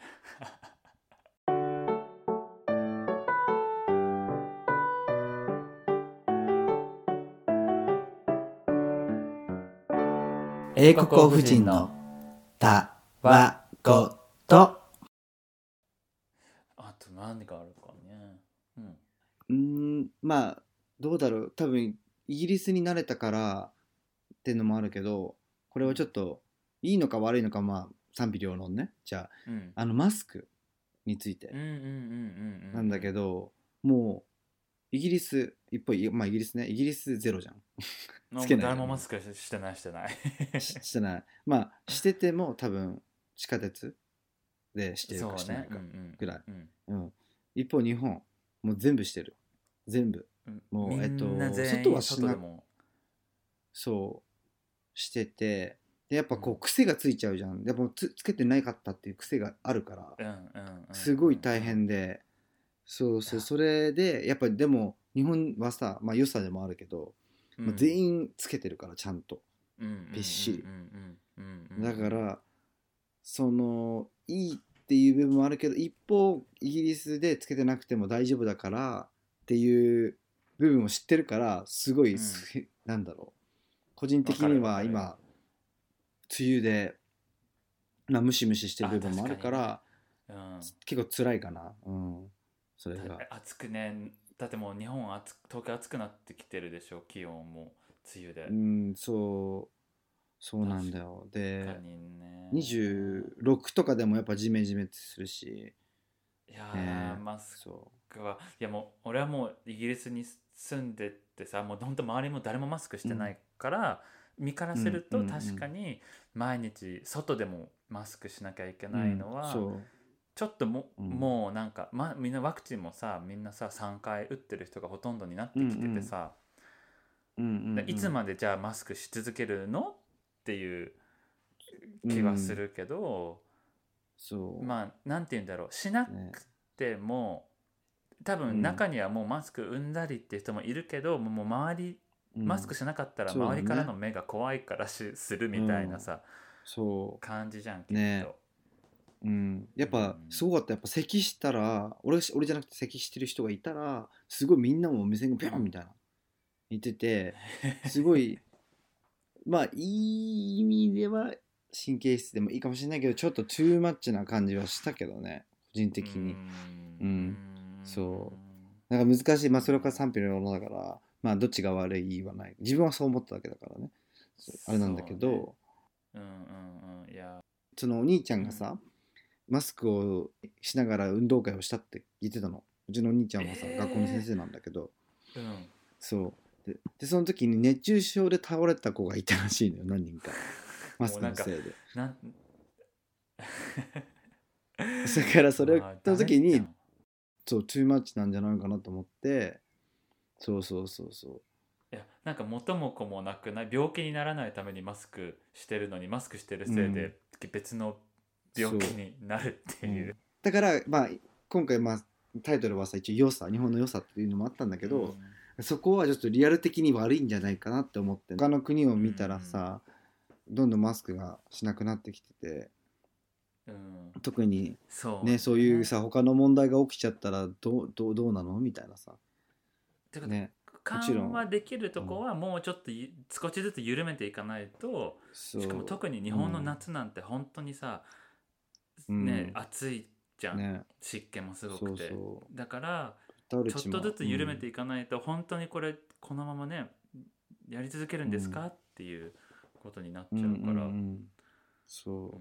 Speaker 2: 英
Speaker 3: 国王夫人の
Speaker 2: た
Speaker 3: わ
Speaker 2: と
Speaker 3: あと何があるかね、うん、
Speaker 2: うーんまあどうだろう多分イギリスに慣れたからっていうのもあるけどこれはちょっといいのか悪いのかまあ賛否両論ねじゃ
Speaker 3: うん
Speaker 2: ああのマスクについ
Speaker 3: うん
Speaker 2: て
Speaker 3: うんうんうん
Speaker 2: なんだけ
Speaker 3: ど
Speaker 2: ど、もうイギリス一方いまあイギリスねイギリスゼロじゃんつけないよね
Speaker 3: 誰もマスクししてないしてない
Speaker 2: ししてないまあしてても多分地下鉄でしてる
Speaker 3: そう
Speaker 2: かしてな
Speaker 3: ね
Speaker 2: い、
Speaker 3: う
Speaker 2: か
Speaker 3: んうん
Speaker 2: ぐらい、
Speaker 3: うん
Speaker 2: うん、一方日本もう全部してる全部
Speaker 3: うん、
Speaker 2: もう
Speaker 3: みんな
Speaker 2: えっと
Speaker 3: 全員
Speaker 2: 外はしな
Speaker 3: 外でも
Speaker 2: そうしててでやっぱこう癖がついちゃうじゃんやっぱつつけてなかったっていう癖があるか
Speaker 3: うん
Speaker 2: ら
Speaker 3: うんうんうん
Speaker 2: すごい大変でそうそうそれでやっぱりでも日本はさまあ良さでもあるけど、まあ全員つけてるからちゃんと
Speaker 3: 員
Speaker 2: びっしりだ
Speaker 3: だ
Speaker 2: からそのいいっていう部分もあるけど一方イギリスでつけてなくても大丈夫だからっていう部分を知ってるからすごい、
Speaker 3: うん
Speaker 2: すなんだろう個人的に
Speaker 3: わ
Speaker 2: は
Speaker 3: かるわ
Speaker 2: 今梅雨で、まあ、ムシムシしてる部分もあるから
Speaker 3: あうん
Speaker 2: 結構辛いかな、うん、それが
Speaker 3: だ暑くねだってもう日本暑く東京暑くなってきてるでしょ気温も梅雨で
Speaker 2: うんそうそうなんだよ
Speaker 3: 他
Speaker 2: で
Speaker 3: にね
Speaker 2: 26とかでもやっぱジメジメするし
Speaker 3: いや
Speaker 2: ね
Speaker 3: ーマス
Speaker 2: そ
Speaker 3: クはいやもう俺はもうイギリスに住んでってさもうほんと周りも誰もマスクしてないから身からする
Speaker 2: うん
Speaker 3: と
Speaker 2: うんうん
Speaker 3: 確かに毎日外でもマスクしなきゃいけ
Speaker 2: う
Speaker 3: ないのは
Speaker 2: うんそう
Speaker 3: ちょっとも,、う
Speaker 2: うん
Speaker 3: もうなんか、ま、みんなワクチンもさみんなさ3回打ってる人がほとんどになってきててさ、
Speaker 2: うんうんうん
Speaker 3: いつまでじゃあマスクし続けるのっていう気はするけど、
Speaker 2: そう、
Speaker 3: まあなんて言うんだろうしなくても、多分中にはもうマスク産んだりっていう人もいるけど、もうもう周り
Speaker 2: うん
Speaker 3: マスクしなかったら
Speaker 2: そうだね
Speaker 3: 周りからの目が怖いからし、するみたいなさ、
Speaker 2: そ
Speaker 3: 感じじゃんきっと、
Speaker 2: ねう、うん、やっぱ
Speaker 3: うん
Speaker 2: すごかったやっぱ咳したら俺俺じゃなくて咳してる人がいたらすごいみんなも目線がビョンみたいな似て てすごいまあいい意味では神経質でもいいかもしれないけどちょっとトゥーマッチな感じはしたけどね個人的に、
Speaker 3: うん
Speaker 2: そなんか難しいまあそれから賛否のものだからまあどっちが悪いはない自分はそう思っただけだからねそうあれなんだけど
Speaker 3: そうねうんうんうんいや
Speaker 2: そのお兄ちゃんがさ、マスクをしながら運動会をしたって言ってたのうちのお兄ちゃんはさ、
Speaker 3: えー
Speaker 2: 学校の先生なんだけど
Speaker 3: うん
Speaker 2: そうででその時に熱中症で倒れた子がいたらしいのよ何 人かマスクのせいで
Speaker 3: なん
Speaker 2: だからそれ
Speaker 3: あー
Speaker 2: その時に
Speaker 3: ダメ
Speaker 2: そうトゥーマッチなんじゃないかなと思ってそうそうそうそう
Speaker 3: じゃんいやなんか元も子もなくない病気にならないためにマスクしてるのにマスクしてるせいで別の病気になるっていう
Speaker 2: だからまあ今回まあタイトルはさ一応良さ日本の良さっていうのもあったんだけど、
Speaker 3: うん
Speaker 2: そこはちょっとリアル的に悪いんじゃないかなって思って他の国を見たらさ、どんどんマスクがしなくなってきてて
Speaker 3: うん
Speaker 2: 特に
Speaker 3: そう
Speaker 2: ねそういうさ他の問題が起きちゃったらどうどうどうなのみたいなさ
Speaker 3: てか
Speaker 2: ねもちろん
Speaker 3: 緩和できるとこはもうちょっとゆ少しずつ緩めていかないと
Speaker 2: そう
Speaker 3: しかも特に日本の夏なんて本当にさ、
Speaker 2: うん
Speaker 3: ね暑いじゃん、
Speaker 2: ね
Speaker 3: 湿気もす
Speaker 2: そ
Speaker 3: ごく
Speaker 2: う
Speaker 3: て
Speaker 2: そう
Speaker 3: だから
Speaker 2: 倒れ
Speaker 3: ちょっ
Speaker 2: ちま
Speaker 3: と
Speaker 2: う
Speaker 3: ずつ緩めて
Speaker 2: うん
Speaker 3: いかないと本当にこれこのままねやり続けるんですか、
Speaker 2: うん
Speaker 3: っていうことになっちゃうから、
Speaker 2: うんうんうんそう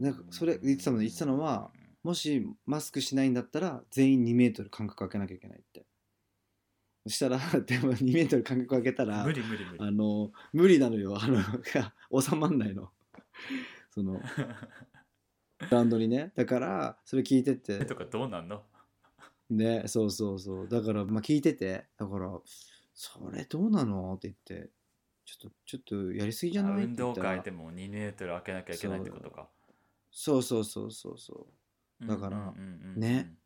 Speaker 3: う
Speaker 2: なんかそれ言ってたもんね言ってたのはもしマスクしないんだったら全員2メートル間隔空けなきゃいけないってそしたら でも2メートル間隔空けたら
Speaker 3: 無理無理無
Speaker 2: あ
Speaker 3: 理
Speaker 2: の無理なのよあ の収まんないのそのブランドにねだからそれ聞いてて
Speaker 3: とかどうなんの
Speaker 2: ねそうそうそうだからまあ聞いててだから「それどうなの?」って言って「ちょっとちょっとやりすぎじゃない?」って
Speaker 3: 運
Speaker 2: 言
Speaker 3: 動
Speaker 2: ったら
Speaker 3: 会でも2メートル開けなきゃいけないってことか
Speaker 2: そうそうそうそうそうだから
Speaker 3: うんうんうんうん
Speaker 2: ね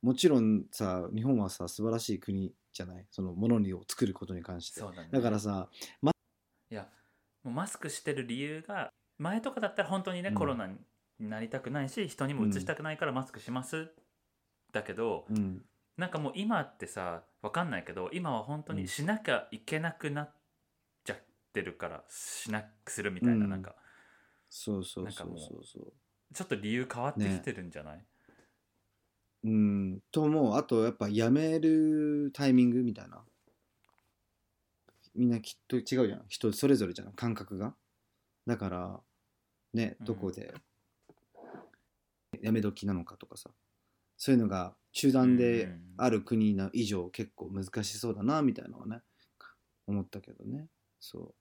Speaker 2: もちろんさ日本はさ素晴らしい国じゃないそのものを作ることに関して
Speaker 3: そうだね
Speaker 2: だからさ
Speaker 3: いやもうマスクしてる理由が前とかだったら本当にね、
Speaker 2: うん
Speaker 3: コロナになりたくないし人にもうつしたくないからマスクします、だけど
Speaker 2: うん
Speaker 3: なんかもう今ってさわかんないけど今は本当
Speaker 2: うん
Speaker 3: にしなきゃいけなくなっちゃってるからしなくするみたいな、
Speaker 2: うん
Speaker 3: なんか
Speaker 2: そうそう
Speaker 3: なんか
Speaker 2: そう
Speaker 3: もう
Speaker 2: そうそう
Speaker 3: ちょっと理由変わってきてるんじゃない、
Speaker 2: うんと思うあとやっぱやめるタイミングみたいなみんなきっと違うじゃん人それぞれじゃん感覚がだからね
Speaker 3: うん
Speaker 2: どこでやめ時なのかとかさそういうのが中断である国な以上結構難しそうだなみたいなのはね思ったけどねそ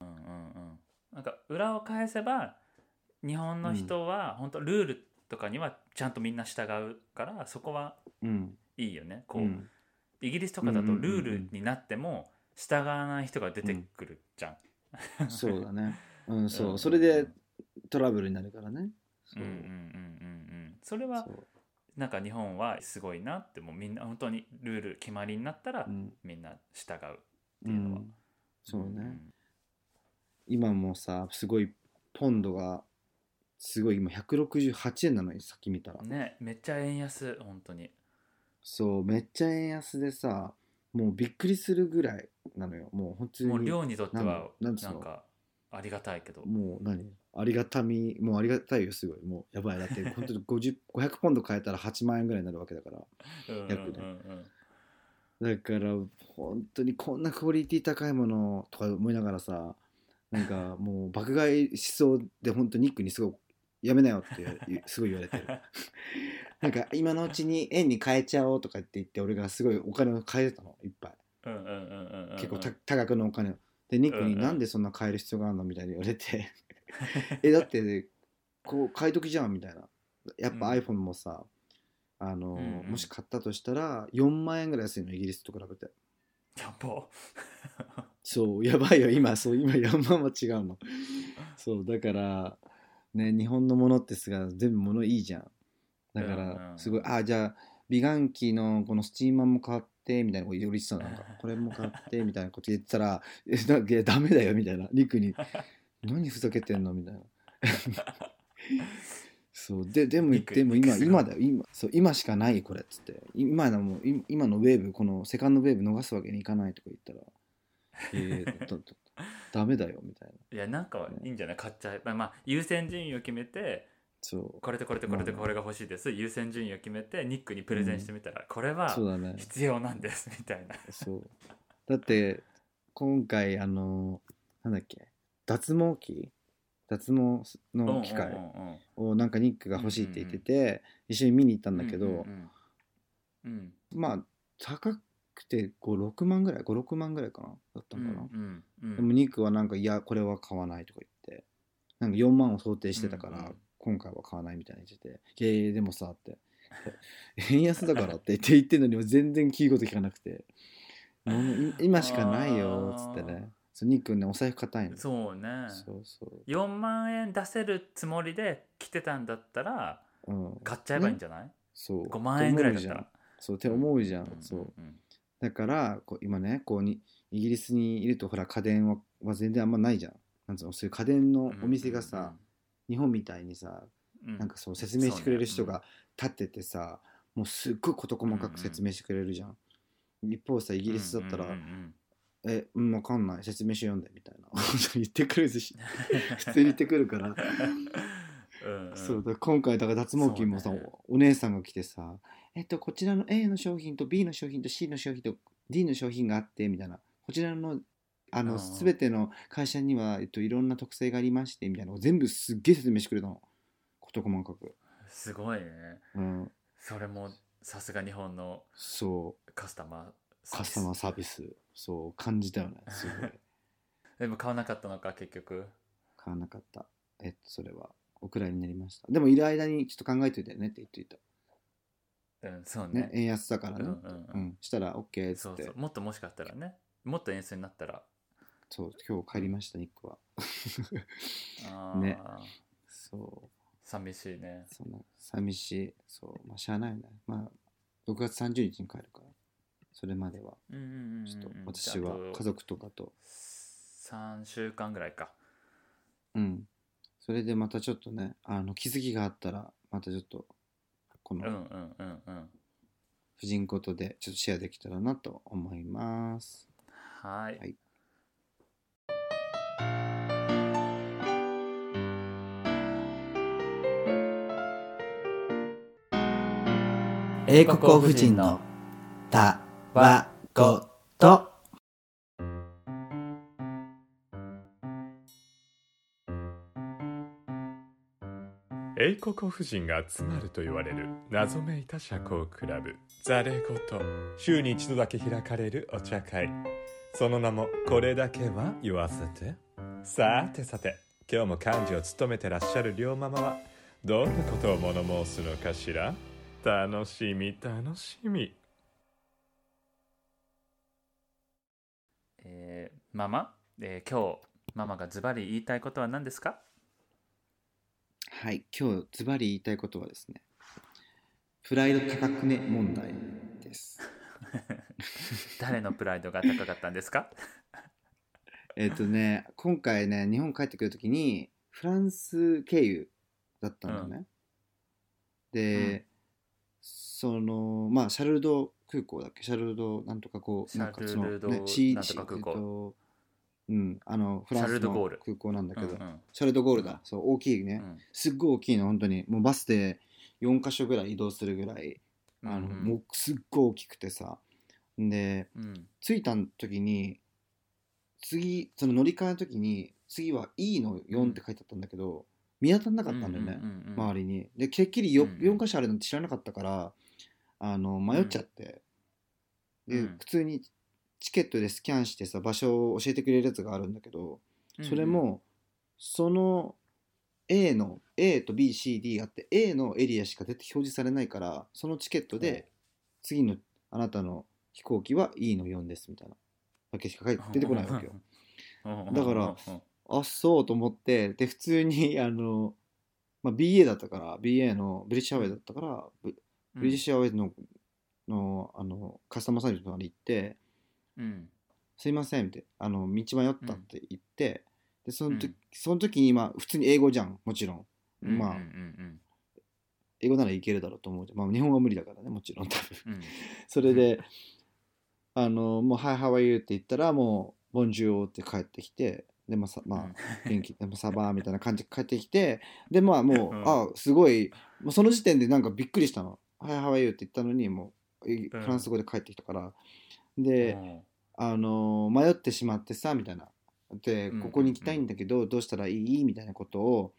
Speaker 3: うんうんうんなんか裏を返せば日本の人は本当ルールとかにはちゃんとみんな従うからそこは
Speaker 2: ううん
Speaker 3: いいよねこ
Speaker 2: う
Speaker 3: う、
Speaker 2: ん
Speaker 3: イギリスとかだ
Speaker 2: うんうん
Speaker 3: と
Speaker 2: うんうん
Speaker 3: ルールになっても従わない人が出てくるじゃん。
Speaker 2: そうだねうん
Speaker 3: う
Speaker 2: そ
Speaker 3: ん
Speaker 2: うそれでトラブルになるからね
Speaker 3: う
Speaker 2: そ
Speaker 3: ん
Speaker 2: う
Speaker 3: うんうんうんうんそれは
Speaker 2: そう
Speaker 3: なんか日本はすごいなってもうみんな本当にルール決まりになったら
Speaker 2: うん
Speaker 3: みんな従う。
Speaker 2: う
Speaker 3: ていうのは
Speaker 2: んそうね、今もさすごいポンドがすごい今168円なのにさっき見たら
Speaker 3: うんねめっちゃ円安本当に。
Speaker 2: そうめっちゃ円安でさもうびっくりするぐらいなのよもう本当に
Speaker 3: もう寮にとっては
Speaker 2: な
Speaker 3: なんん
Speaker 2: だなんつうの
Speaker 3: かありがたいけど。
Speaker 2: もう何ありがたみもうありがたいよすごいもうやばいだって本当に50 500ポンド買えたら8万円ぐらいになるわけだから
Speaker 3: うんうん
Speaker 2: 約ね
Speaker 3: うん
Speaker 2: だから本当にこんなクオリティ高いものとか思いながらさなん かもう爆買いしそうで本当ニックにすごいやめなよって言うすごい言われて るなんか今のうちに円に変えちゃおうとかって言って俺がすごいお金を変えてたのいっぱい
Speaker 3: うんうんうんうんうんうん
Speaker 2: 結構た多額のお金をでニックに
Speaker 3: うんうん
Speaker 2: なんでそんな変える必要があるのみたいに言われ てえだってこう買い時じゃんみたいなやっぱ
Speaker 3: うん
Speaker 2: iPhone もさあの、
Speaker 3: うんうん
Speaker 2: もし買ったとしたら4万円ぐらい安いのイギリスと比べて
Speaker 3: やっぱ
Speaker 2: そう、やばいよ、今、そう、今、4万も違うの。そうだからね日本のものってすが全部ものいいじゃんだか
Speaker 3: うん
Speaker 2: ら
Speaker 3: うん
Speaker 2: すごい、あじゃあ美顔器のこのスチーマーも買ってみたいなこと言ってたのなんかこれも買ってみたいなこと言ってたら「えだいやダメだよ」みたいなリクに「何ふざけてんの?」みたいな そうででも
Speaker 3: リク
Speaker 2: でも今
Speaker 3: リクすごい
Speaker 2: 今だよ今そう今しかないこれっつって今のもう今今のウェーブこのセカンドウェーブ逃すわけにいかないとか言ったら「え ー、だだだダメだよ」みたいない
Speaker 3: やなんかいいんじゃない買っちゃえば、まあ、優先順位を決めて
Speaker 2: そう
Speaker 3: これとこれとこれとこれが欲しいです、優先順位を決めてニックにプレゼンしてみたら、これは
Speaker 2: そうだね
Speaker 3: 必要なんですみたいな
Speaker 2: そうだって今回あのなんだっけ脱毛器脱毛の機
Speaker 3: うん
Speaker 2: 械
Speaker 3: うんうんうん
Speaker 2: をなんかニックが欲しいって言ってて一緒に見に行ったんだけ
Speaker 3: うん
Speaker 2: ど
Speaker 3: うんうん
Speaker 2: まあ高くて56万ぐらい56万ぐらいかなだった
Speaker 3: うんう
Speaker 2: のかなん
Speaker 3: うんうん
Speaker 2: でもニックはなんかいやこれは買わないとか言ってなんか4万を想定してたか
Speaker 3: うんう
Speaker 2: ら
Speaker 3: ん
Speaker 2: 今回は買わないみたいにしてて「いやいやでもさ」って 「円安だから」って言って言ってんのにも全然聞いこと聞かなくて「もうい今しかないよ」っつってねそうニックねお財布硬いの
Speaker 3: そうね
Speaker 2: そうそ
Speaker 3: 4万円出せるつもりで来てたんだったら
Speaker 2: う、うん、
Speaker 3: 買っちゃえばいいんじゃない、
Speaker 2: そう
Speaker 3: 5万円ぐらいだった
Speaker 2: って思うじゃん
Speaker 3: ら
Speaker 2: そうって思うじゃん、
Speaker 3: ん
Speaker 2: そう
Speaker 3: うん
Speaker 2: だからこう今ねこうにイギリスにいるとほら家電はは全然あんまないじゃんなんつうのそういう家電のお店がさ、日本みたいにさ
Speaker 3: うんうん
Speaker 2: なんかそう説明してくれる人
Speaker 3: そう
Speaker 2: が立っててさもうすっごい事細かく説明してくれるじゃん。一方さイギリスだったら「
Speaker 3: うんうんうん
Speaker 2: えうんわかんない説明書読んで」みたいな 言ってくるし 普通に言ってくるから
Speaker 3: うんうん
Speaker 2: そうだから今回だから脱毛器もさ、
Speaker 3: そうね
Speaker 2: お姉さんが来てさ「えっとこちらの A の商品と B の商品と C の商品と D の商品があって」みたいなこちらのあ
Speaker 3: う
Speaker 2: の
Speaker 3: ん
Speaker 2: 全ての会社には、えっと、いろんな特性がありましてみたいなのを全部すっげえ説明してくれたの事細かく。
Speaker 3: すごいね
Speaker 2: うん、
Speaker 3: それもさすが日本の
Speaker 2: そう
Speaker 3: カスタマーサー
Speaker 2: カ
Speaker 3: ビ
Speaker 2: ス
Speaker 3: ス
Speaker 2: タマーサービスそう感じたよねす ごい
Speaker 3: でも買わなかったのか結局
Speaker 2: 買わなかったえっとそれはお蔵になりましたでもいる間にちょっと考えといてねって言っていた
Speaker 3: うんそうね
Speaker 2: ね円安だからね
Speaker 3: う
Speaker 2: うんん、
Speaker 3: うんうん
Speaker 2: したら OK っつ
Speaker 3: そ
Speaker 2: っ
Speaker 3: う
Speaker 2: て
Speaker 3: そ
Speaker 2: そう
Speaker 3: うもっともしかしたらねもっと遠征になったら
Speaker 2: 今日帰りましたニックは
Speaker 3: あー
Speaker 2: ねそ
Speaker 3: 寂しいね
Speaker 2: うそんな寂しいそうまあしゃあないよねまあ6月30日に帰るからそれまでは
Speaker 3: うんうんうんうん
Speaker 2: ちょっと私は
Speaker 3: あと
Speaker 2: 家族とかと
Speaker 3: 3週間ぐらいか
Speaker 2: うんそれでまたちょっとねあの気づきがあったらまたちょっとこ
Speaker 3: うん
Speaker 2: の
Speaker 3: うんうんうん
Speaker 2: 婦人ことでちょっとシェアできたらなと思います。
Speaker 3: はい
Speaker 2: はい
Speaker 3: 英国王夫人の
Speaker 2: た
Speaker 3: わ
Speaker 2: ごと
Speaker 4: 英国夫人が集まると言われる謎めいた社交クラブザレゴと週に一度だけ開かれるお茶会その名もこれだけは言わせてさてさて今日も幹事を務めてらっしゃる両ママはどんなことを物申すのかしら楽しみ楽しみ
Speaker 3: えーママ、えー今日ママがズバリ言いたいことは何ですか
Speaker 2: はい今日ズバリ言いたいことはですねプライド高くね問題です。
Speaker 3: 誰のプライドが高かったんですか
Speaker 2: えっとね今回ね日本帰ってくるときにフランス経由だったのね。で、
Speaker 3: う
Speaker 2: そのまあシャルルド空港だっけシャルルドなんとかこうなんかその
Speaker 3: シャルルド
Speaker 2: ね地
Speaker 3: なんとか空港
Speaker 2: えっとうん、あのフラン
Speaker 3: シャル
Speaker 2: ス
Speaker 3: ルドゴ
Speaker 2: の
Speaker 3: ール
Speaker 2: 空港なんだけど、
Speaker 3: うんうん
Speaker 2: シャルドゴールだ、そう大きいうね、
Speaker 3: ん
Speaker 2: すっごい大きいの本当にもうバスで4か所ぐらい移動するぐらい、あの
Speaker 3: うんうん
Speaker 2: もうすっごい大きくてさで
Speaker 3: うん
Speaker 2: 着いた時に次その乗り換えの時に次は E の4って書いてあったんだけど、見当たんなかったんだよね、
Speaker 3: うんうんうんうん
Speaker 2: 周りにでてっきりよ
Speaker 3: うんう
Speaker 2: 4
Speaker 3: ん
Speaker 2: 箇所あるなんて知らなかったからあの迷っちゃって、で、
Speaker 3: うん
Speaker 2: 普通にチケットでスキャンしてさ場所を教えてくれるやつがあるんだけど、それ
Speaker 3: うんうん
Speaker 2: もその A の A と BCD があって A のエリアしか出て表示されないからそのチケットで次のあなたの飛 行機は E の4ですみたいなだけしか書いて出てこないわけよ
Speaker 3: うんうんうんう ん
Speaker 2: だから
Speaker 3: うん
Speaker 2: あそうと思ってで普通にあの、まあ、BA だったから BA のブリッシュアウェイだったからブブリッシュアウェイの,、のあのカスタマーサービスとかに行って
Speaker 3: うん
Speaker 2: 「すいません」ってあの道迷ったって言って、でその時、
Speaker 3: うん
Speaker 2: その時にまあ普通に英語じゃんもちろん
Speaker 3: うん
Speaker 2: まあ
Speaker 3: うんうん
Speaker 2: 英語ならいけるだろうと思うじゃんまあ日本語は無理だからねもちろん多分
Speaker 3: うんうん
Speaker 2: それで、あの、もう、Hi, how are you? って言ったら、もう、ボンジューって帰ってきて、で、まあ、さまあ、元気、でもサバーみたいな感じで帰ってきて、で、まあ、もう、
Speaker 3: うん
Speaker 2: あ、すごい、もうその時点でなんかびっくりしたの。Hi, how are you? って言ったのに、もう、い
Speaker 3: うん
Speaker 2: フランス語で帰ってきたから。
Speaker 3: うん
Speaker 2: で、
Speaker 3: うん
Speaker 2: あの、迷ってしまってさ、みたいな。で
Speaker 3: うん、
Speaker 2: ここに行きたいんだけど、どうしたらいいみたいなことを、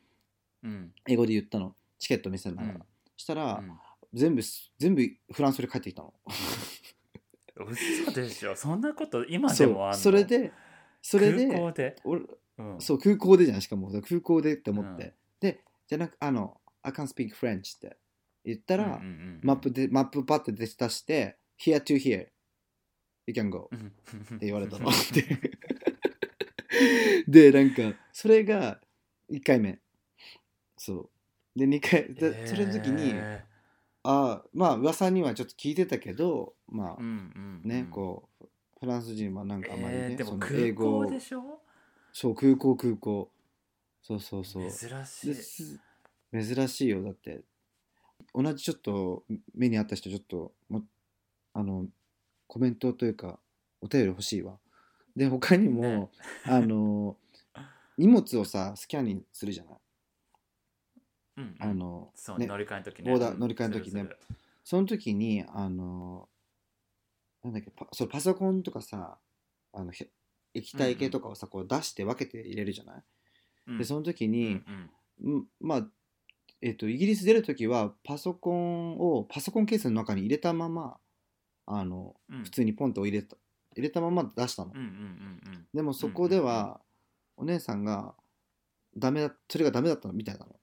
Speaker 3: うん
Speaker 2: 英語で言ったの。チケット見せながら。
Speaker 3: うん
Speaker 2: したら、
Speaker 3: うん
Speaker 2: 全部す、全部フランス語で帰ってきたの。
Speaker 3: 嘘でしょそんなこと今
Speaker 2: そ
Speaker 3: で
Speaker 2: う
Speaker 3: もあんの
Speaker 2: それでそれ
Speaker 3: 空港
Speaker 2: で
Speaker 3: で、
Speaker 2: 俺
Speaker 3: うん、
Speaker 2: そう空港でじゃんしかも空港でって思って、
Speaker 3: うん
Speaker 2: でじゃなくあの「I can't speak French」って言った
Speaker 3: う
Speaker 2: ら、
Speaker 3: んうんうん
Speaker 2: マップでマップパッて出して「Here to here you can go
Speaker 3: う」ん
Speaker 2: って言われたの ででなんかそれが1回目そうで2回で、それの時に
Speaker 3: え
Speaker 2: ああまあ噂にはちょっと聞いてたけどま
Speaker 3: ー
Speaker 2: あ、
Speaker 3: うんうんうん
Speaker 2: ねこうフランス人はなんかあまりね、
Speaker 3: えーで
Speaker 2: そ
Speaker 3: も
Speaker 2: の
Speaker 3: 空
Speaker 2: 英語
Speaker 3: 港
Speaker 2: を
Speaker 3: でしょ
Speaker 2: そう空港空港そうそうそう
Speaker 3: 珍しい
Speaker 2: です珍しいよだって同じちょっと目にあった人ちょっともあのコメントというかお便り欲しいわで他にも、
Speaker 3: ね
Speaker 2: あの荷物をさスキャンにするじゃない
Speaker 3: うんうん
Speaker 2: あの、
Speaker 3: そう、
Speaker 2: ね
Speaker 3: 乗り換えの時ね
Speaker 2: ボーダー乗り換えの時ね
Speaker 3: するする
Speaker 2: その時にあのなんだっけパそうパソコンとかさあのへ液体系とかをさ、こう出して分けて入れるじゃない、
Speaker 3: うん
Speaker 2: でその時に、
Speaker 3: うん
Speaker 2: うんまあ、えっと、イギリス出るときは、パソコンをパソコンケースの中に入れたまま、あの、
Speaker 3: うん
Speaker 2: 普通にポンと入れた、入れたまま出したの
Speaker 3: う。んうんうんうん
Speaker 2: でもそこでは、お姉さんが、ダメだ、それがダメだったのみたいなの。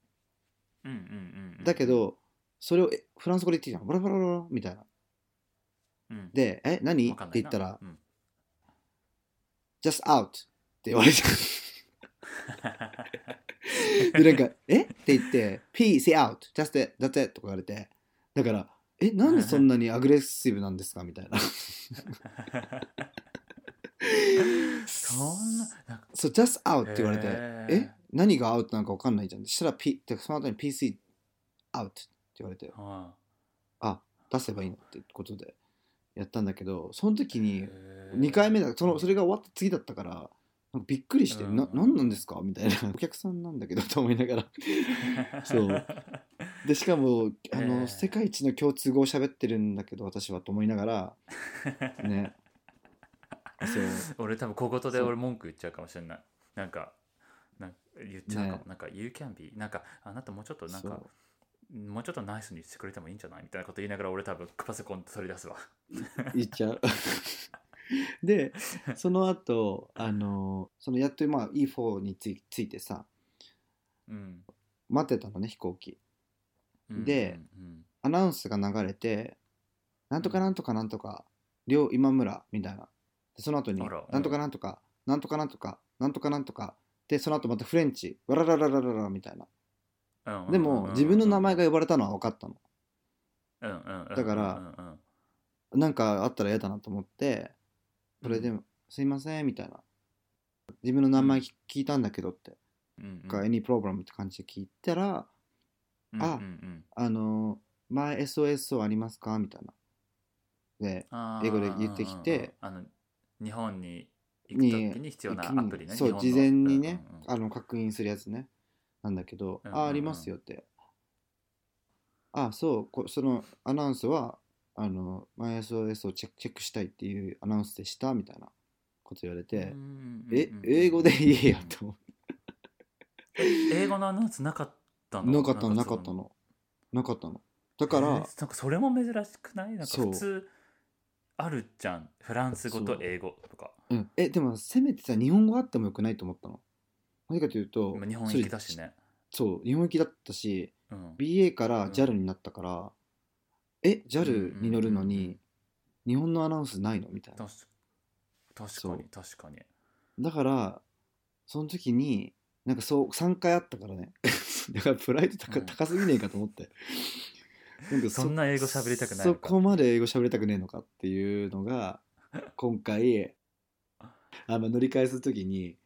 Speaker 3: うんうんうんうん
Speaker 2: だけ、ど、それをえフランス語で言ってきたの。バラバラバラみたいな。
Speaker 3: うん、
Speaker 2: で、え、何っ
Speaker 3: わかんな
Speaker 2: て
Speaker 3: い
Speaker 2: 言
Speaker 3: な
Speaker 2: ったら
Speaker 3: う、ん
Speaker 2: just out って言われた。で、なんか、えって言って、P, say out, just it, that's it とか言われて、だから、え、なんでそんなにアグレッシブなんですかみたいな。
Speaker 3: そんななんか
Speaker 2: そう、just out って言われて、
Speaker 3: へー
Speaker 2: え何が out なのか分かんないじゃん。そしたら、P、てかその後に PC out って言われて、
Speaker 3: は
Speaker 2: あ、出せばいいのってことでやったんだけど、その時
Speaker 3: あ
Speaker 2: に
Speaker 3: へー
Speaker 2: 2回目だ、そのそれが終わった次だったから、なんかびっくりして、
Speaker 3: うん
Speaker 2: な何なんですかみたいな。お客さんなんだけどと思いながら。そうで、しかも、あの、
Speaker 3: へー
Speaker 2: 世界一の共通語を喋ってるんだけど、私はと思いながら、 ね。そう。
Speaker 3: 俺多分小言で
Speaker 2: そう
Speaker 3: 俺文句言っちゃうかもしれないなんかなんか言っちゃうかも、なんか「You can be」なんかあなたもうちょっとなんかもうちょっとナイスにしてくれてもいいんじゃないみたいなこと言いながら俺多分パソコン取り出すわ
Speaker 2: 言っちゃう でその後あのそのやっと、まあ、E4 についついてさ
Speaker 3: うん、
Speaker 2: 待ってたのね飛行機
Speaker 3: うん
Speaker 2: で
Speaker 3: うん
Speaker 2: アナウンスが流れて「なんとかなんとかなんとか両今村」みたいなでその後に
Speaker 3: あらうん
Speaker 2: 「なんとかなんとかなんとかなんとかなんとかなんとか」でその後またフレンチ「わらららららら」みたいな
Speaker 3: うんうん
Speaker 2: でも自分の名前が
Speaker 3: が
Speaker 2: 呼ばれたのは分かったの
Speaker 3: だ
Speaker 2: だからなんかあったら嫌だなと思ってそれでも「すいません」みたいな自分の名前聞聞いたんだけどってか、any problem って感じで聞いたら、ああの、前 SOS ありますかみたいな。で、英語で言ってきて
Speaker 3: あの日本に行く時に必要なアプリね
Speaker 2: そう、
Speaker 3: 日
Speaker 2: 事
Speaker 3: 本の
Speaker 2: 前にね、
Speaker 3: うんうんうん
Speaker 2: あの、確認するやつね。なんだけど、
Speaker 3: うんうんうん
Speaker 2: あ、ありますよって。あ、そう、こそのアナウンスは、あの、前 SOS をチェックチェックしたいっていうアナウンスでした、みたいなこと言われて
Speaker 3: う、んうんうん
Speaker 2: え、英語で言えよと思って
Speaker 3: 英語のアナウンスなかったの
Speaker 2: なかったの、なか
Speaker 3: そ
Speaker 2: ったの。なかったの。だか
Speaker 3: え
Speaker 2: ら、
Speaker 3: ーなんかそれも珍しくないなんか
Speaker 2: そう
Speaker 3: 普通あるじゃんフランス語と
Speaker 2: そう
Speaker 3: 英語とか
Speaker 2: うん、えでもせめてさ日本語あってもよくないと思ったのなぜかというと
Speaker 3: 今日本
Speaker 2: それ
Speaker 3: 行きだしね
Speaker 2: そう日本行きだったし
Speaker 3: うん
Speaker 2: BA か
Speaker 3: う
Speaker 2: ら
Speaker 3: ん
Speaker 2: JAL になったから、え
Speaker 3: うんうん
Speaker 2: JAL に乗るの
Speaker 3: うんう
Speaker 2: に日本のアナウンスないのみたいな
Speaker 3: 確確
Speaker 2: そ
Speaker 3: か
Speaker 2: う
Speaker 3: に確かに
Speaker 2: だからその時になんかそう3回あったからね だからプライド高,、
Speaker 3: うん
Speaker 2: 高すぎねえかと思 ってなんか
Speaker 3: そんな英語喋りたくないの
Speaker 2: そ
Speaker 3: か
Speaker 2: こまで英語喋りたくねえのかっていうのが今回あの乗り返す時に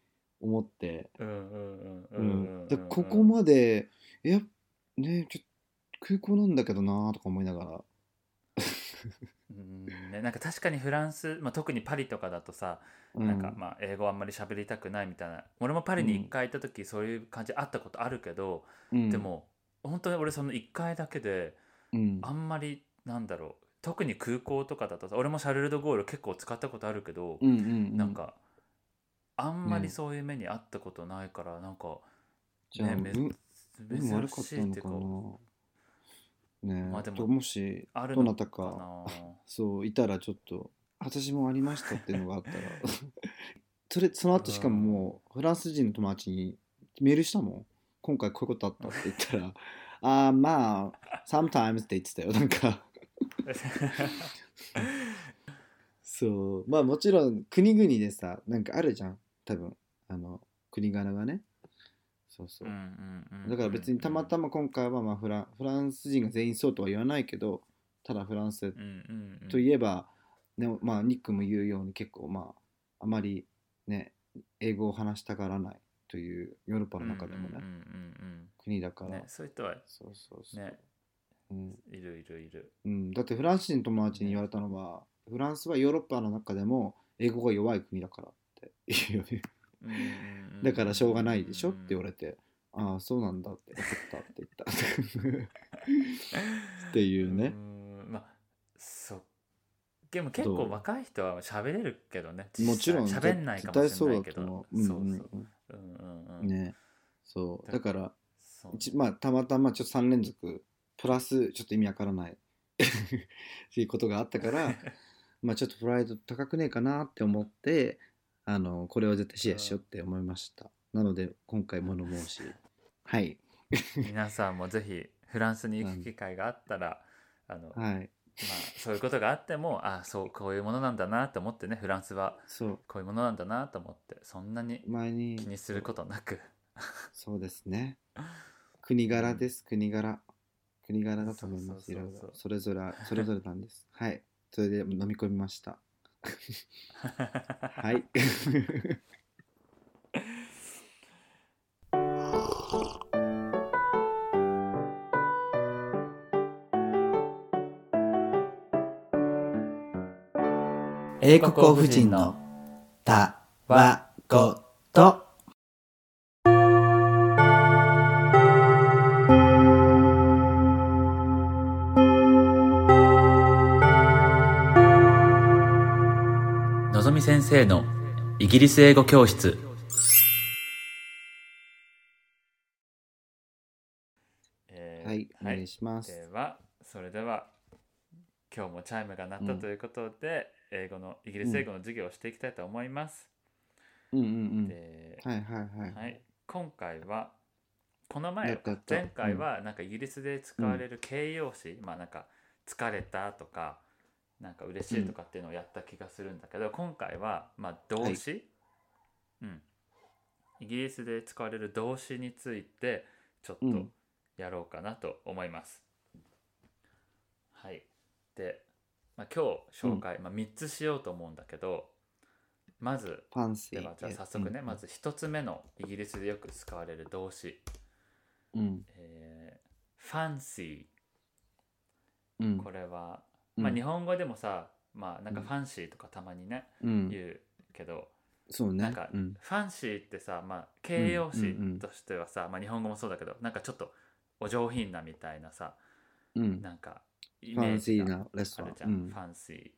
Speaker 2: 思って、
Speaker 3: うんうんうん
Speaker 2: う
Speaker 3: うんんうん
Speaker 2: でここまでいやねちょっと空港なんだけどなとか思いながら
Speaker 3: うんね、なんか確かにフランス、まあ、特にパリとかだとさ、
Speaker 2: う
Speaker 3: なんかまあ英語あんまり喋りたくないみたいな俺もパリに1回行った時そういう感じあったことあるけど、
Speaker 2: うん
Speaker 3: でも本当に俺その1回だけで
Speaker 2: うん
Speaker 3: あんまりなんだろう特に空港とかだとさ俺もシャルル・ド・ゴール結構使ったことあるけど、
Speaker 2: うんうん
Speaker 3: なんかあんま
Speaker 2: ね
Speaker 3: りそういう目にあったことないからなんか、
Speaker 2: じゃあ、
Speaker 3: め
Speaker 2: 運
Speaker 3: 珍
Speaker 2: 運悪かっ
Speaker 3: したいっ
Speaker 2: の
Speaker 3: ていう
Speaker 2: か
Speaker 3: か
Speaker 2: なねえ、
Speaker 3: まあでも
Speaker 2: ちょっともし
Speaker 3: ある
Speaker 2: どな
Speaker 3: の
Speaker 2: た
Speaker 3: かな
Speaker 2: かそういたらちょっと私もありましたっていうのがあったら それその後しかももうフランス人の友達にメールしたもん今回こういうことあったって言ったら ああまあ sometimes って言ってたよなんか そうまあもちろん国々でさなんかあるじゃん多分あの国柄がねそうそう、だから別にたまた
Speaker 3: ま、
Speaker 2: ま今回はまあフランフランス人が全員そうとは言わないけどただフランス
Speaker 3: うんうんうん、
Speaker 2: といえば、ねまあ、ニックも言うように結構まああまりね英語を話したがらないというヨーロッパの中でもね、
Speaker 3: うんうん
Speaker 2: 国だか
Speaker 3: うんうん
Speaker 2: ら、
Speaker 3: ね、そういう人は
Speaker 2: そうそうそう、
Speaker 3: ね
Speaker 2: うん
Speaker 3: いるいるいる
Speaker 2: うん、だってフランス人の友達に言われたのは、フランスはヨーロッパの中でも英語が弱い国だからって言うよね
Speaker 3: うんうんうん
Speaker 2: だからしょうがないでしょって言われて、ああそうなんだって怒ったって言った っていうね
Speaker 3: うんまあそうでも結
Speaker 2: ど
Speaker 3: 構
Speaker 2: う
Speaker 3: 若い人は喋れるけどね
Speaker 2: もちろん
Speaker 3: 実際喋んないかもしれない
Speaker 2: 絶対そう
Speaker 3: けど
Speaker 2: だと思ううん
Speaker 3: そうそううんうんうん
Speaker 2: ねそうだから
Speaker 3: そう
Speaker 2: ちまあたまたまちょっと3連続プラスちょっと意味わからないっていうことがあったから まあちょっとプライド高くねえかなって思ってあのこれは絶対シェアしようって思いましたなので今回物申しはい
Speaker 3: 皆さんもぜひフランスに行く機会があったら、あのまあ、
Speaker 2: はい
Speaker 3: そういうことがあってもあそうこういうものなんだなと思ってねフランスは
Speaker 2: そう
Speaker 3: こういうものなんだなと思ってそんなに
Speaker 2: 前に
Speaker 3: 気にすることなく
Speaker 2: そうですね 国柄です国柄国柄だと思いま
Speaker 3: そ
Speaker 2: すい
Speaker 3: うそう
Speaker 2: ろい
Speaker 3: そう
Speaker 2: ろそ
Speaker 3: そう
Speaker 2: れぞれそれぞれなんです はいそれで飲み込みました はい英
Speaker 3: 国王夫人の
Speaker 2: た
Speaker 3: わ
Speaker 2: ごと
Speaker 3: のぞみ先生のイギリス英語教室
Speaker 2: はいお願いします、
Speaker 3: ではそれでは今日もチャイムが鳴ったということで、英語のイギリス英語の授業をしていきたいと思います、
Speaker 2: うんうん
Speaker 3: で
Speaker 2: うんはいはいはい、
Speaker 3: はい、今回はこの前
Speaker 2: やったやった
Speaker 3: 前回はなんかイギリスで使われる形容詞、まあなんか疲れたとかなんか嬉しいとかっていうのをやった気がするんだけど、今回はまあ動詞、うんイギリスで使われる動詞についてちょっと
Speaker 2: うん
Speaker 3: やろうかなと思います、はいで、まあ、今日紹介、まあ、3つしようと思うんだけどまず
Speaker 2: パンス
Speaker 3: ではじゃあ早速ね、まず一つ目のイギリスでよく使われる動詞、
Speaker 2: うん
Speaker 3: えー、ファンシ
Speaker 2: うん
Speaker 3: ーこれは、まあ、日本語でもさ、まあ、なんかファンシーとかたまにね、
Speaker 2: うん
Speaker 3: 言うけど、
Speaker 2: そうね
Speaker 3: なんか
Speaker 2: うん
Speaker 3: ファンシーってさ、まあ、形容
Speaker 2: うんう
Speaker 3: 詞
Speaker 2: んうん
Speaker 3: としてはさ、まあ、日本語もそうだけどなんかちょっとお上品なみたいなさ
Speaker 2: うん
Speaker 3: なんかイ
Speaker 2: ファ
Speaker 3: メ
Speaker 2: ン
Speaker 3: ー
Speaker 2: シ
Speaker 3: ジ
Speaker 2: ー
Speaker 3: が
Speaker 2: なレスト
Speaker 3: あ
Speaker 2: ラ
Speaker 3: る
Speaker 2: ン
Speaker 3: じゃん、ファンシ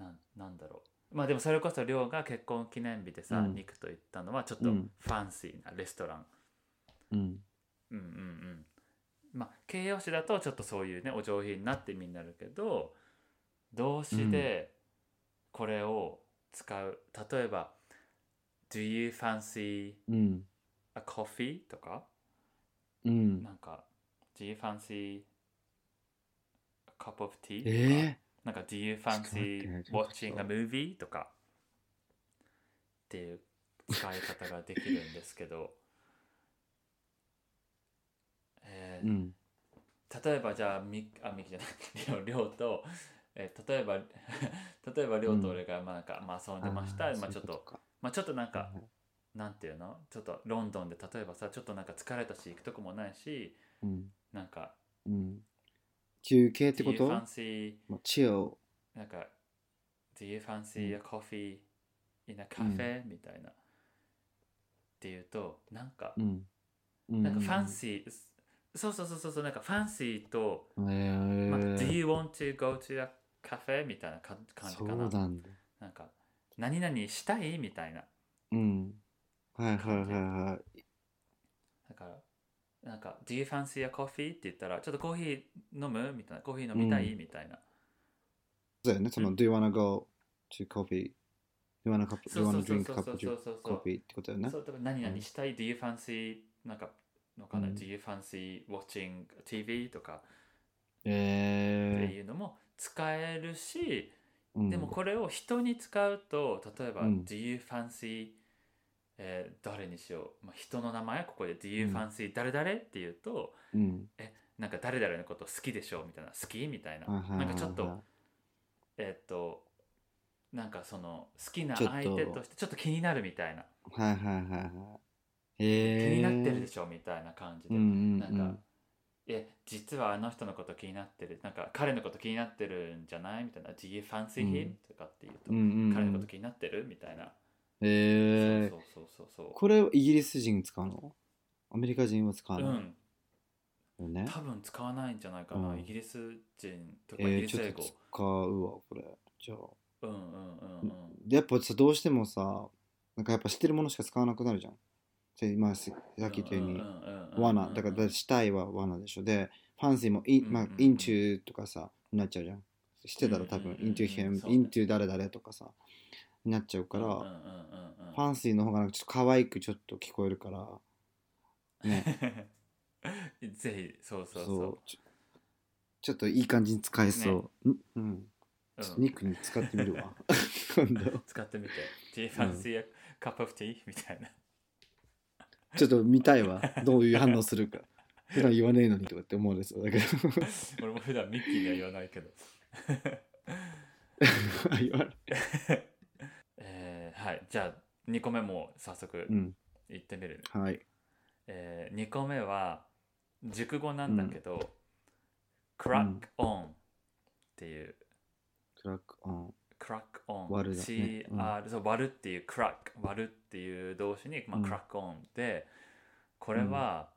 Speaker 3: ーなんなんだろうまあでもそれこそ亮が結婚記念日でさ、
Speaker 2: うん
Speaker 3: 肉と言ったのはちょっと
Speaker 2: う
Speaker 3: フ
Speaker 2: ん
Speaker 3: ァンシーなレストラン、
Speaker 2: うんうん
Speaker 3: うんうんうんまあ形容詞だとちょっとそういうねお上品なって意味になるけど動詞でこれを使う、例えば「Do you fancy
Speaker 2: うん、
Speaker 3: a coffee?」とか
Speaker 2: うん
Speaker 3: なんか「Do you fancy a cup of tea?」とか、
Speaker 2: え
Speaker 3: なんか「Do you
Speaker 2: ちょっと待って
Speaker 3: fancy
Speaker 2: ちょっと
Speaker 3: watching a movie?」とかっていう使い方ができるんですけど、えー
Speaker 2: うん。
Speaker 3: 例えばじゃあみあみきじゃないり ょうりょうと、えー例えば 例えばりょうと俺がまあなんか、まあ、遊んでました
Speaker 2: ー
Speaker 3: まあ、ちょっと。まあ、ちょっとなんか、なんていうのちょっとロンドンで例えばさちょっとなんか疲れたし行くとこもないし
Speaker 2: うん。
Speaker 3: なんか
Speaker 2: うん。休憩ってこ
Speaker 3: Do
Speaker 2: と
Speaker 3: you fancy
Speaker 2: まあチオ。
Speaker 3: なんか Do you fancy a coffee in a cafe?、みたいなっていうとなんか、
Speaker 2: うん。な
Speaker 3: なんかファンシーそうそうそうそうそうなんかファンシーと、
Speaker 2: ー。え
Speaker 3: まあ、
Speaker 2: ー
Speaker 3: Do you want to go to a cafe? みたいなか感じ
Speaker 2: そ
Speaker 3: か
Speaker 2: う
Speaker 3: な
Speaker 2: なんだ。
Speaker 3: なんか何々したいみたいな
Speaker 2: うん。はいはいはいはい。
Speaker 3: だから、なんか、Do you fancy a coffee? って言ったら、ちょっとコーヒー飲むみたいな、コーヒー飲みたい、
Speaker 2: うん
Speaker 3: みたいな。
Speaker 2: そうだよね、その、Do you wanna go to coffee? Do you wanna, cup, do
Speaker 3: そう
Speaker 2: you wanna
Speaker 3: そうそう
Speaker 2: drink cup
Speaker 3: そ
Speaker 2: of
Speaker 3: うそうそうそうそう。
Speaker 2: coffee? ってことだよね
Speaker 3: そ。う多分何々したい、Do you fancy? なんか、のかな、
Speaker 2: うん
Speaker 3: Do you fancy watching TV? とかって
Speaker 2: え
Speaker 3: いうのも使えるし、
Speaker 2: ー。
Speaker 3: でもこれを人に使うと、例えば、
Speaker 2: うん
Speaker 3: Do you fancy? えー誰にしよう、まあ、人の名前ここで「Do you
Speaker 2: うん
Speaker 3: fancy 誰々?」って言うと
Speaker 2: うん、うん。
Speaker 3: なんか誰々のこと好きでしょみたいな好きみたいな
Speaker 2: はいはいはい
Speaker 3: な
Speaker 2: はい
Speaker 3: んかちょっとえっとなんかその好きな
Speaker 2: ちょっ
Speaker 3: 相
Speaker 2: と
Speaker 3: 手としてちょっと気になるみたいな、
Speaker 2: はいはいはいはい。へえ。
Speaker 3: 気になってるでしょみたいな感じで、
Speaker 2: うんうんうん
Speaker 3: なんか「え実はあの人のこと気になってるなんか彼のこと気になってるんじゃない?」みたいな「Do you fancy
Speaker 2: うん
Speaker 3: him?、とかって言うと、
Speaker 2: うんうんうん
Speaker 3: 彼のこと気になってる?」みたいな、
Speaker 2: へえ
Speaker 3: そう。そうそうそう
Speaker 2: これ、イギリス人使うのアメリカ人は使わ
Speaker 3: う
Speaker 2: ない
Speaker 3: ん
Speaker 2: よね。
Speaker 3: 多分使わないんじゃないかな、
Speaker 2: うん
Speaker 3: イギリス人とか
Speaker 2: え
Speaker 3: イギ
Speaker 2: ー、
Speaker 3: リ
Speaker 2: ちょ
Speaker 3: ス英
Speaker 2: っ
Speaker 3: 語
Speaker 2: と使うわ、これ。じゃあ。
Speaker 3: うんうんうんうん
Speaker 2: でやっぱさ、どうしてもさ、なんかやっぱ知ってるものしか使わなくなるじゃん。で今、さっき言ったように。罠だからだしたいは罠でしょでファンシーもイン、まあ
Speaker 3: うんうんう、ん
Speaker 2: インチューとかさなっちゃうじゃんしてたら多分、
Speaker 3: うんうんうんうん
Speaker 2: インチューヒ
Speaker 3: そう
Speaker 2: ム、
Speaker 3: だね
Speaker 2: インチュー誰々とかさになっちゃうから、
Speaker 3: うんうん
Speaker 2: フ
Speaker 3: うんうん
Speaker 2: ァンシーの方がなんかちょっと可愛くちょっと聞こえるからね
Speaker 3: ぜひそうそ
Speaker 2: そう
Speaker 3: うそう
Speaker 2: ちょちょっといい感じに使えそう、んうん
Speaker 3: うん
Speaker 2: ちょっとニックに使ってみる わ今度
Speaker 3: 使ってみて。Do you
Speaker 2: うん
Speaker 3: fancy a cup of tea? みたいな。
Speaker 2: ちょっと見たいわどういう反応するか普段言わねえのにとかって思うんですよだけど
Speaker 3: 俺も普段ミッキーには言わないけど。
Speaker 2: 言わない
Speaker 3: えーはい。じゃあ、2個目も早速
Speaker 2: うん
Speaker 3: いってみるね。
Speaker 2: はい
Speaker 3: え2個目は、熟語なんだけど、crack on っていう、
Speaker 2: クラックオン
Speaker 3: crack on。
Speaker 2: 割るだね
Speaker 3: CR、そう、割るっていう crack、割るっていう動詞に、まあ、
Speaker 2: うん
Speaker 3: crack on で、これは、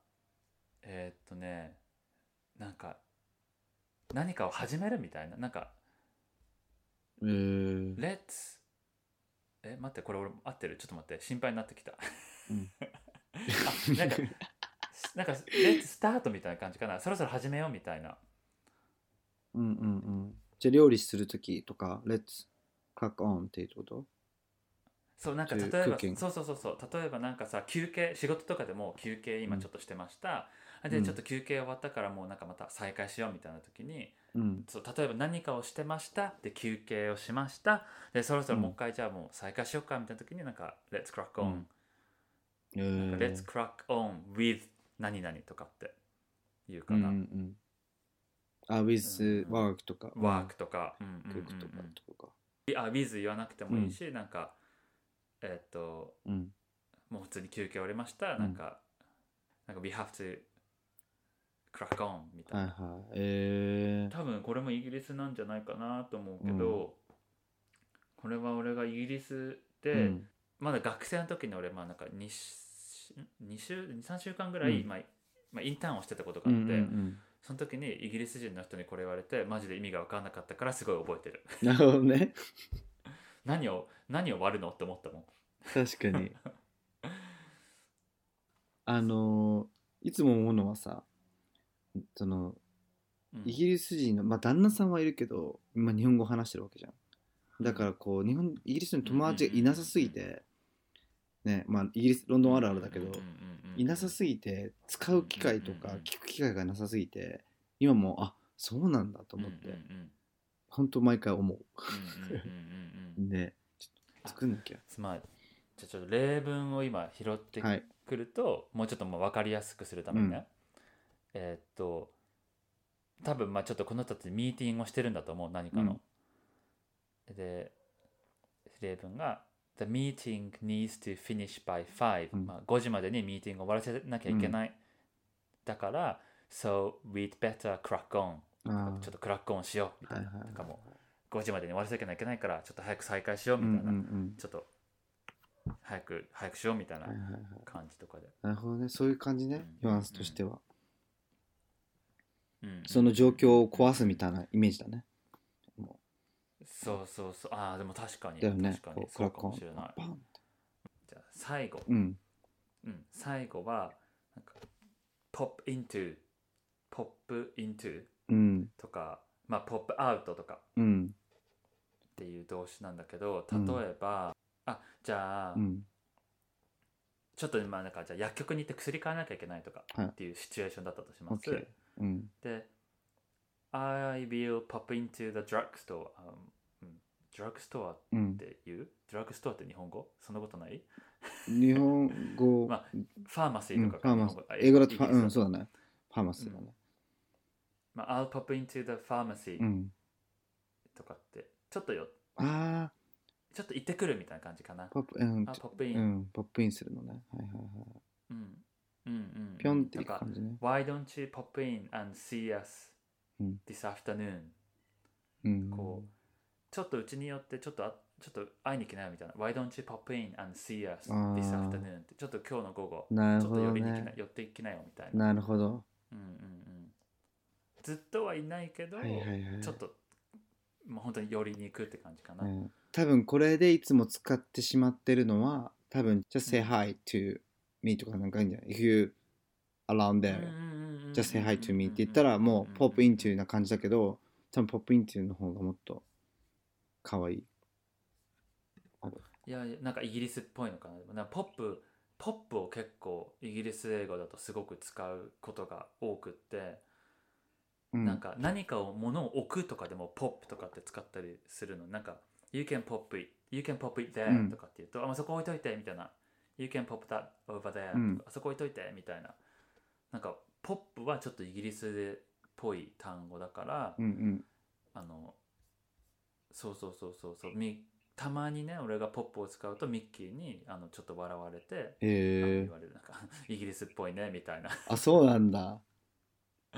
Speaker 3: えーっとね、なんか、何かを始めるみたいな、なんか、
Speaker 2: えー、
Speaker 3: Let's え待ってこれ俺合ってるちょっと待って心配になってきた、
Speaker 2: うん
Speaker 3: あなんかなんか Let's start みたいな感じかなそろそろ始めようみたいな
Speaker 2: うんうんうん。じゃあ料理するときとか、Let's cook on っていうこと
Speaker 3: そうなんか例え
Speaker 2: To
Speaker 3: ば
Speaker 2: cooking
Speaker 3: そうそうそうそう例えばなんかさ休憩仕事とかでも休憩今ちょっとしてました、あで
Speaker 2: うん
Speaker 3: ちょっと休憩終わったからもうなんかまた再開しようみたいな時に、
Speaker 2: うん。
Speaker 3: そう例えば何かをしてましたで休憩をしましたでそろそろもう一回じゃあもう再開しようかみたいな時になんか「Let's crack
Speaker 2: う
Speaker 3: on、
Speaker 2: んえー
Speaker 3: なんか Let's crack on with 何々とかって言うか
Speaker 2: う
Speaker 3: な。
Speaker 2: んうん。あ、with
Speaker 3: うん
Speaker 2: work とか。
Speaker 3: ワークとか、うんうんうんう
Speaker 2: work とか
Speaker 3: ん
Speaker 2: とか。
Speaker 3: あ、with 言わなくてもいいし、なんか、えっと、
Speaker 2: うん。
Speaker 3: もう普通に休憩終わりました、
Speaker 2: うん
Speaker 3: なんか、なんか we have to crack on みたい
Speaker 2: はい
Speaker 3: な。
Speaker 2: はい。えー、
Speaker 3: 多分これもイギリスなんじゃないかなと思うけど、これは俺がイギリスで、
Speaker 2: うん
Speaker 3: まだ学生の時に俺まあなんか 2, 2週23週間ぐらい、
Speaker 2: うん
Speaker 3: まあまあ、インターンをしてたことが
Speaker 2: う
Speaker 3: あ
Speaker 2: ん
Speaker 3: っ
Speaker 2: う
Speaker 3: て、
Speaker 2: ん
Speaker 3: その時にイギリス人の人にこれ言われてマジで意味が分かんなかったからすごい覚えてる
Speaker 2: うん。なるほどね。
Speaker 3: 何を何を割るのって思ったもん
Speaker 2: 確かに。あのー、いつも思うのはさ、その、
Speaker 3: うん
Speaker 2: イギリス人の、まあ、旦那さんはいるけど、今日本語話してるわけじゃん。だからこう、日本、イギリスの友達がいなさすぎて、ね、まあ、イギリス、ロンドンあるあるだけど、いなさすぎて、使う機会と
Speaker 3: うんうん
Speaker 2: か
Speaker 3: うん、
Speaker 2: 聞く機会がなさすぎて、今もう、あ、そうなんだと
Speaker 3: うんう
Speaker 2: 思
Speaker 3: んう
Speaker 2: っ
Speaker 3: んうん
Speaker 2: て、本当毎回思う。
Speaker 3: うんうんうんうんうんうん
Speaker 2: ね、ちょっと作んなきゃ。
Speaker 3: まあじゃあちょっと例文を今拾って
Speaker 2: はい。
Speaker 3: くると、もうちょっともう分かりやすくするためにね、えーっと多分まあちょっとこの人たちミーティングをしてるんだと思う何かの、で例文が「The meeting needs to finish by 5、
Speaker 2: うん
Speaker 3: まあ5時までにミーティングを終わらせなきゃいけない、だから「So we'd better crack on
Speaker 2: あ」ー
Speaker 3: ちょっとクラックオンしようみたいな,、
Speaker 2: はいはい
Speaker 3: なんかもう5時までに終わらせなきゃいけないからちょっと早く再開しよう
Speaker 2: うん
Speaker 3: みたいな、
Speaker 2: うんうん
Speaker 3: ちょっと早く早くしようみたいな
Speaker 2: はいはいはい
Speaker 3: 感じとかで、
Speaker 2: なるほどね。そういう感じね。
Speaker 3: うん
Speaker 2: ニュアンスとしては。
Speaker 3: うん
Speaker 2: その状況を壊すみたいなイメージだね。
Speaker 3: そうそうそうああでも確かに
Speaker 2: だよね。
Speaker 3: 確か
Speaker 2: こ
Speaker 3: に
Speaker 2: う、ク
Speaker 3: そ
Speaker 2: ラ
Speaker 3: う
Speaker 2: ッ
Speaker 3: か
Speaker 2: コ
Speaker 3: も
Speaker 2: ン
Speaker 3: しれない。
Speaker 2: パン
Speaker 3: じゃあ最後、
Speaker 2: うん。
Speaker 3: うん、最後はなんかポップイントゥポップイントゥ
Speaker 2: うん。
Speaker 3: とかまあポップアウトとか
Speaker 2: うん。
Speaker 3: っていう動詞なんだけど
Speaker 2: う
Speaker 3: 例
Speaker 2: ん
Speaker 3: えば、あじゃあ、
Speaker 2: うん。
Speaker 3: ちょっと今なんかじゃあ薬局に行って薬買わなきゃいけないとか
Speaker 2: はい
Speaker 3: っていうシチュエーションだったとし
Speaker 2: オ
Speaker 3: ま
Speaker 2: ッ
Speaker 3: す、
Speaker 2: ケー。うん。
Speaker 3: で I will pop into the drugstore、うんうん、drugstore
Speaker 2: う
Speaker 3: っ
Speaker 2: ん。
Speaker 3: ていうドラッグストアって日本語そんなことない
Speaker 2: 日本語、
Speaker 3: まあファーマシ
Speaker 2: う
Speaker 3: ー
Speaker 2: ん、
Speaker 3: と
Speaker 2: フ
Speaker 3: か
Speaker 2: ァー
Speaker 3: か日
Speaker 2: マ
Speaker 3: 本
Speaker 2: ス
Speaker 3: 語、
Speaker 2: 英語だとファ、
Speaker 3: イギ
Speaker 2: う
Speaker 3: リス
Speaker 2: ん、そうだね。ファーマスだね。
Speaker 3: まあ、I'll pop into the
Speaker 2: う
Speaker 3: pharmacy
Speaker 2: ん。
Speaker 3: とかって、ちょっとよ、
Speaker 2: ああ、
Speaker 3: ちょっと行ってくるみたいな感じかな。
Speaker 2: ポップ、うん、
Speaker 3: あ、ポップイ
Speaker 2: う
Speaker 3: ン。
Speaker 2: ん、ポップインするのね。はいはいは
Speaker 3: うん。うんうん。
Speaker 2: い。ぴょんってい
Speaker 3: と
Speaker 2: く
Speaker 3: か
Speaker 2: 感じね。
Speaker 3: Why don't you pop in and see us
Speaker 2: うん
Speaker 3: this afternoon?
Speaker 2: うん。
Speaker 3: こう、ちょっとうちによってちょっとあ、ちょっと会いに来ないみたいな。Why don't you pop in and see us
Speaker 2: あー
Speaker 3: this afternoon? って、ちょっと今日の午後、
Speaker 2: なる
Speaker 3: ちょっ
Speaker 2: ほ
Speaker 3: と寄
Speaker 2: ど
Speaker 3: りに来な
Speaker 2: ね。
Speaker 3: 寄ってきなよみたいな。
Speaker 2: なるほど。
Speaker 3: うんうんうん。ずっとはいないけど、
Speaker 2: はいはいはい。
Speaker 3: ちょっと、まあ、本当に寄りに行くって感じかな。
Speaker 2: うん多分これでいつも使ってしまってるのは多分 just say hi to me とかなんかいいんじゃない if you around there just say hi to me って言ったらもう pop into な感じだけど多分 pop into の方がもっと可愛い
Speaker 3: いやいやなんかイギリスっぽいのかなでもなんかポップポップを結構イギリス英語だとすごく使うことが多くって、
Speaker 2: うん
Speaker 3: なんか何かを物を置くとかでもポップとかって使ったりするのなんか You can pop it You can pop it
Speaker 2: う
Speaker 3: there
Speaker 2: ん
Speaker 3: とかって言うと、ああそこ置いといてみたいな You can pop that over there とか、
Speaker 2: うん
Speaker 3: あそこ置いといてみたいななんかポップはちょっとイギリスでっぽい単語だから、
Speaker 2: うんうん
Speaker 3: あのそうそうそうそうそうみたまにね俺がポップを使うとミッキーにあのちょっと笑われて、あの
Speaker 2: へえ
Speaker 3: 言われるなんかイギリスっぽいねみたいな、
Speaker 2: あそうなんだ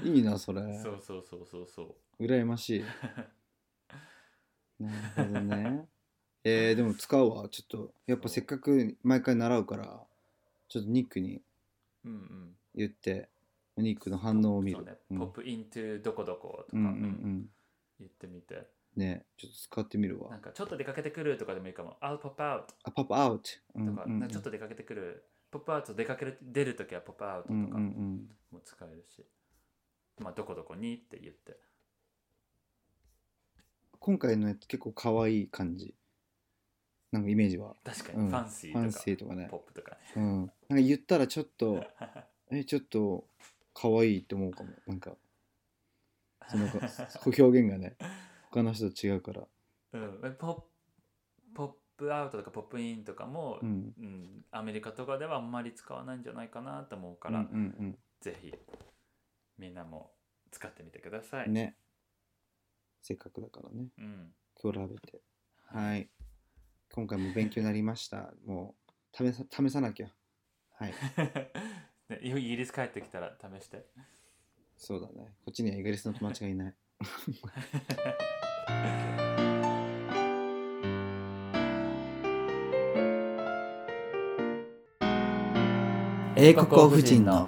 Speaker 2: いいなそれ
Speaker 3: そうそうそうそうそう
Speaker 2: 羨ま しいなるほどねえー、でも使うわちょっとやっぱせっかく毎回習うからちょっとニックに
Speaker 3: うんうん
Speaker 2: 言ってお肉の反応を見る
Speaker 3: そうね、
Speaker 2: うん
Speaker 3: ポップイントゥどこどこと
Speaker 2: う
Speaker 3: か、
Speaker 2: んうんう
Speaker 3: うん
Speaker 2: ん
Speaker 3: 言ってみて
Speaker 2: ねちょっと使ってみる
Speaker 3: なん
Speaker 2: わ
Speaker 3: かちょっと出かけてくるとかでもいいかも I'll pop out
Speaker 2: あパパアウト
Speaker 3: とか,、なんかちょっ
Speaker 2: と
Speaker 3: と出かけてくるポップアウト出かける出るときはポップアウト
Speaker 2: う
Speaker 3: と
Speaker 2: ん
Speaker 3: か
Speaker 2: うんうん
Speaker 3: も使えるし、まあどこどこにって言って
Speaker 2: 今回のやつ結構可愛い感じなんかイメージは
Speaker 3: 確か
Speaker 2: う
Speaker 3: に
Speaker 2: ん
Speaker 3: ファンシー
Speaker 2: ファン
Speaker 3: とか、
Speaker 2: シーとかね
Speaker 3: ポップとかね
Speaker 2: うんなんか言ったらちょっとえちょっと可愛いって思うかもなんか そ の表現がね他の人と違うから
Speaker 3: うん、えポップポップアウトとかポップインとかも、
Speaker 2: う
Speaker 3: うん
Speaker 2: ん
Speaker 3: アメリカとかではあんまり使わないんじゃないかなと思うか
Speaker 2: うんう
Speaker 3: ら、
Speaker 2: ん
Speaker 3: ぜひみんなも使ってみてくださ
Speaker 2: う
Speaker 3: い。
Speaker 2: んねせっかくだからね
Speaker 3: うん、
Speaker 2: 比べてはい。今回も勉強になりました。もう、試さ、試さなきゃ。はい。
Speaker 3: ねイギリス帰ってきたら試して。
Speaker 2: そうだね。こっちにはイギリスの友達がい ない。
Speaker 1: 英
Speaker 3: 国王夫人の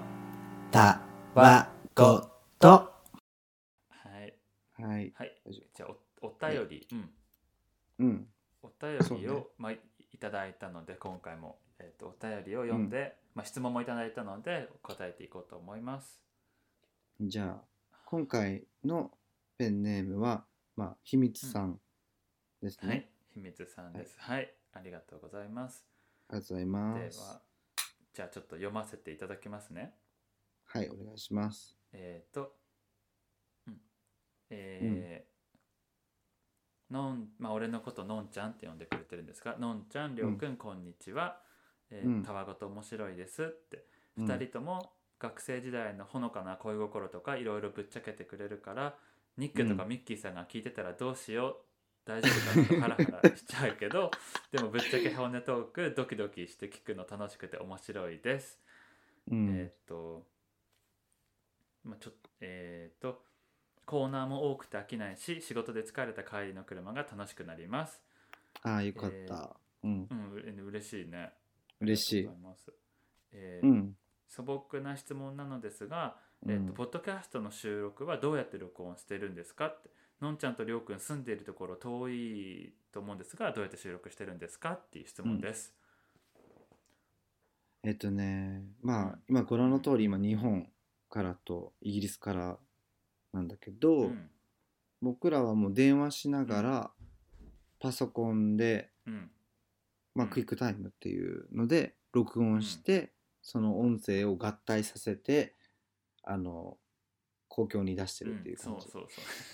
Speaker 1: た
Speaker 3: わ
Speaker 1: ごと
Speaker 3: はい、
Speaker 2: はい。
Speaker 3: はい、
Speaker 2: 大丈
Speaker 3: じゃあおお便り、うん、
Speaker 2: 夫。うん。
Speaker 3: お便
Speaker 2: そう
Speaker 3: り
Speaker 2: ね
Speaker 3: を、まあ、いただいたので今回も、えー、とお便りを読んで、まあ、質問もいただいたので答えていこうと思います。
Speaker 2: じゃあ、今回のペンネームは、まあ、秘密さんですね。
Speaker 3: はい、秘密さんです。はい、ありがとうございます。
Speaker 2: ありがとうござい
Speaker 3: で
Speaker 2: ます。
Speaker 3: はじゃあちょっと読ませていただきますね
Speaker 2: はい、お願いします。
Speaker 3: えっ、とうんえーのんまあ俺のことのんちゃんって呼んでくれてるんですがのんちゃんりょうくん、こんにちはえー
Speaker 2: うん
Speaker 3: たわごと面白いですって、
Speaker 2: うん
Speaker 3: 2人とも学生時代のほのかな恋心とかいろいろぶっちゃけてくれるからニックとかミッキーさんが聞いてたらどうしよう、大丈夫かなとハラハラしちゃうけどでもぶっちゃけ本音トークドキドキして聞くの楽しくて面白いです、
Speaker 2: うん
Speaker 3: えーっとまあちょっえーっとコーナーも多くて飽きないし仕事で疲れた帰りの車が楽しくなります
Speaker 2: ああよかった、うん
Speaker 3: うんうれ嬉しいね
Speaker 2: 嬉し
Speaker 3: あり
Speaker 2: い
Speaker 3: がとうございます、え
Speaker 2: う
Speaker 3: ー
Speaker 2: ん
Speaker 3: 素朴な質問なのですが、
Speaker 2: う
Speaker 3: えー、と
Speaker 2: ん
Speaker 3: ポッドキャストの収録はどうやって録音してるんですかってのんちゃんとりょうくん住んでいるところ遠いと思うんですがどうやって収録してるんですかっていう質問です、
Speaker 2: えっとねま
Speaker 3: う
Speaker 2: あ
Speaker 3: ん
Speaker 2: 今ご覧の通り今日本からとイギリスからなんだけど、
Speaker 3: うん
Speaker 2: 僕らはもう電話しながらパソコンで、
Speaker 3: うん
Speaker 2: まあ、
Speaker 3: うん
Speaker 2: クイックタイムっていうので録音して、その音声を合体させてあの公共に出してるっていう
Speaker 3: そ
Speaker 2: 感
Speaker 3: う
Speaker 2: じ、
Speaker 3: そう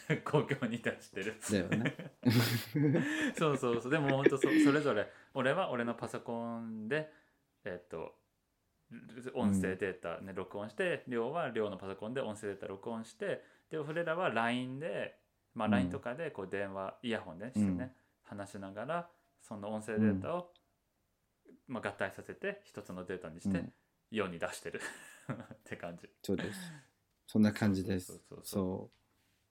Speaker 3: そう 公共に出してる
Speaker 2: だよね
Speaker 3: そうそうそうでも本当そそれぞれ俺は俺のパソコンでえっと音声データ、ね録音して亮は亮のパソコンで音声データ録音してで俺らは LINE で、まあ、
Speaker 2: うん
Speaker 3: LINE とかでこう電話、イヤホンでねしてね、話しながらその音声データを、まあ、合体させて一つのデータにして、
Speaker 2: うん
Speaker 3: 世に出してる って感じ。
Speaker 2: そうですそんな感じです
Speaker 3: そうそうそうそう